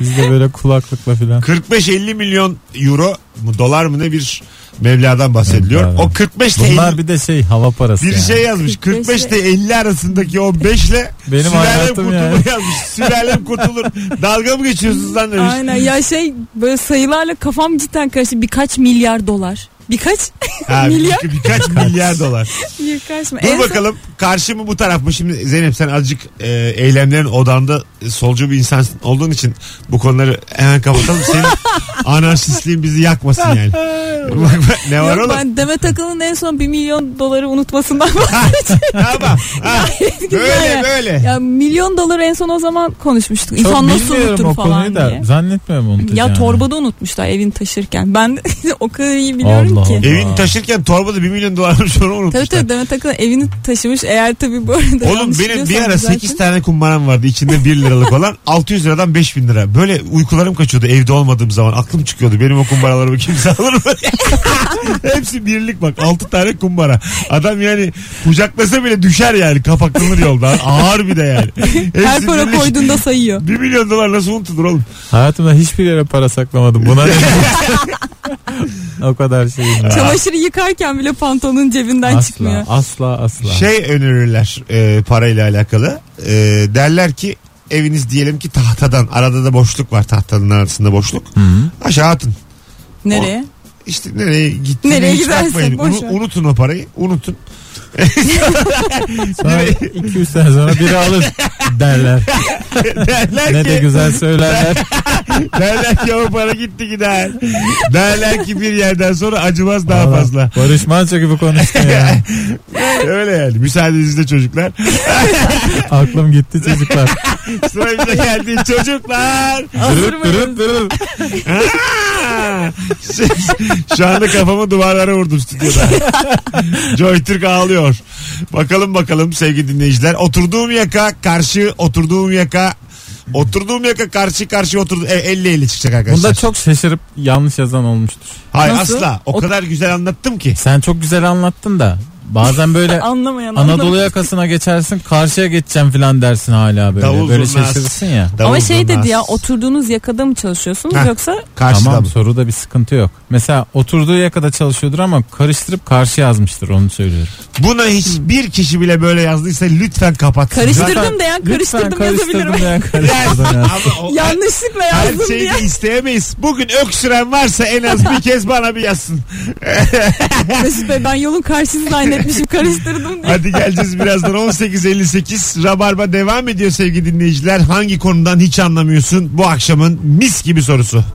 Speaker 3: Biz de böyle kulaklıkla filan.
Speaker 2: 45-50 milyon euro mu dolar mı ne bir mevladan bahsediliyor.
Speaker 3: Mevladan.
Speaker 2: O 45 ile
Speaker 3: Bunlar bir de şey hava parası
Speaker 2: Bir
Speaker 3: yani.
Speaker 2: şey yazmış 45 ile 50 arasındaki o 5 ile
Speaker 3: Benim
Speaker 2: sülalem
Speaker 3: hayatım
Speaker 2: kurtulur
Speaker 3: yani.
Speaker 2: yazmış. Sülalem kurtulur. Dalga mı geçiyorsunuz lan demiş.
Speaker 8: Aynen ya şey böyle sayılarla kafam cidden karıştı. Birkaç milyar dolar. Birkaç?
Speaker 2: Ha, bir-
Speaker 8: milyar.
Speaker 2: birkaç milyar dolar.
Speaker 8: Birkaç mı? En
Speaker 2: Dur
Speaker 8: son-
Speaker 2: bakalım karşı mı bu taraf mı? Şimdi Zeynep sen azıcık e, eylemlerin odanda e, solcu bir insan olduğun için bu konuları hemen kapatalım. Senin anarşistliğin bizi yakmasın yani. Bak, bak, ne var
Speaker 8: Yok,
Speaker 2: oğlum?
Speaker 8: ben Demet Akalın'ın en son 1 milyon doları unutmasından
Speaker 2: Tamam. Ha, böyle
Speaker 8: yani.
Speaker 2: böyle.
Speaker 8: Ya milyon doları en son o zaman konuşmuştuk.
Speaker 3: Çok
Speaker 8: İnsan nasıl
Speaker 3: bilmiyorum o
Speaker 8: unutur
Speaker 3: konuyu
Speaker 8: falan
Speaker 3: da
Speaker 8: diye.
Speaker 3: zannetmiyorum unutacağını.
Speaker 8: Ya torbada unutmuşlar evin taşırken. Ben o kadar iyi biliyorum
Speaker 3: Allah
Speaker 8: ki.
Speaker 3: Allah.
Speaker 2: Evini taşırken torbada 1 milyon dolarmış onu unutmuşlar.
Speaker 8: Tabii tabii Demet Akalın evini taşımış. Eğer tabii bu arada
Speaker 2: Oğlum
Speaker 8: yanlış
Speaker 2: benim bir
Speaker 8: biliyorsam şey-
Speaker 2: ara
Speaker 8: düzeltin.
Speaker 2: 8 tane kumbaram vardı içinde 1 liralık olan 600 liradan 5000 lira. Böyle uykularım kaçıyordu evde olmadığım zaman aklım çıkıyordu benim o kumbaralarımı kimse alır mı? Hepsi birlik bak 6 tane kumbara. Adam yani kucaklasa bile düşer yani kapaklanır yolda ağır bir de yani.
Speaker 8: Her
Speaker 2: Hepsi
Speaker 8: para
Speaker 2: birlik.
Speaker 8: koyduğunda sayıyor.
Speaker 2: 1 milyon dolar nasıl unutulur oğlum?
Speaker 3: Hayatımda hiçbir yere para saklamadım. Buna ne? o kadar şeyim var.
Speaker 8: Çamaşırı yıkarken bile pantolonun cebinden çıkmıyor.
Speaker 3: Asla asla asla.
Speaker 2: Şey önerirler e, parayla alakalı. E, derler ki eviniz diyelim ki tahtadan. Arada da boşluk var tahtanın arasında boşluk. Aşağı atın.
Speaker 8: Nereye?
Speaker 2: İşte nereye gittiğini
Speaker 8: Nereye
Speaker 2: hiç
Speaker 8: gidersin,
Speaker 2: takmayın.
Speaker 8: boş
Speaker 2: Unu-
Speaker 8: ver.
Speaker 2: unutun o parayı. Unutun.
Speaker 3: Sonra 2-3 sene sonra biri alır derler.
Speaker 2: derler
Speaker 3: Ne
Speaker 2: ki,
Speaker 3: de güzel söylerler.
Speaker 2: derler ki o para gitti gider. Derler ki bir yerden sonra acımaz daha
Speaker 3: Valla
Speaker 2: fazla.
Speaker 3: Barış Manço gibi konuştu ya.
Speaker 2: Öyle yani. Müsaadenizle çocuklar.
Speaker 3: Aklım gitti çocuklar.
Speaker 2: Sıra bize geldi. Çocuklar.
Speaker 3: Dırıp dırıp dırıp.
Speaker 2: Aa! Şu anda kafamı duvarlara vurdum stüdyoda. Joy Türk ağlıyor. Bakalım bakalım sevgili dinleyiciler. Oturduğum yaka karşı oturduğum yaka oturduğum yaka karşı karşı oturdu. E, 50 50 çıkacak arkadaşlar.
Speaker 3: Bunda çok şaşırıp yanlış yazan olmuştur.
Speaker 2: Hayır
Speaker 8: Nasıl?
Speaker 2: asla. O
Speaker 8: Ot-
Speaker 2: kadar güzel anlattım ki.
Speaker 3: Sen çok güzel anlattın da bazen böyle
Speaker 8: Anlamayan
Speaker 3: Anadolu
Speaker 8: anlamıyor.
Speaker 3: yakasına geçersin karşıya geçeceğim filan dersin hala böyle.
Speaker 2: Davul
Speaker 3: böyle
Speaker 2: zurna.
Speaker 3: şaşırırsın ya.
Speaker 8: Ama şey
Speaker 2: Davul
Speaker 8: dedi ya
Speaker 2: zurnaz.
Speaker 8: oturduğunuz yakada mı çalışıyorsunuz
Speaker 2: Heh.
Speaker 8: yoksa
Speaker 2: Karşı
Speaker 3: tamam
Speaker 2: davul.
Speaker 3: soruda bir sıkıntı yok. Mesela oturduğu yakada çalışıyordur ama karıştırıp karşı yazmıştır onu söylüyorum.
Speaker 2: Buna hiçbir kişi bile böyle yazdıysa lütfen kapatsın. Zaten-
Speaker 8: Karıştır- Karıştırdım diyen
Speaker 3: Lütfen
Speaker 8: karıştırdım
Speaker 3: karıştırdım
Speaker 8: yazabilirim.
Speaker 3: diyen karıştırdım yaz.
Speaker 2: Ama o-
Speaker 8: yanlışlıkla
Speaker 2: Her şey
Speaker 8: yazdım
Speaker 2: şeyi
Speaker 8: diye.
Speaker 2: de isteyemeyiz. Bugün öksüren varsa en az bir kez bana bir yazsın.
Speaker 8: Mesut Bey ben yolun karşısını zannetmişim karıştırdım diye.
Speaker 2: Hadi geleceğiz birazdan 18.58 Rabarba devam ediyor sevgili dinleyiciler. Hangi konudan hiç anlamıyorsun bu akşamın mis gibi sorusu.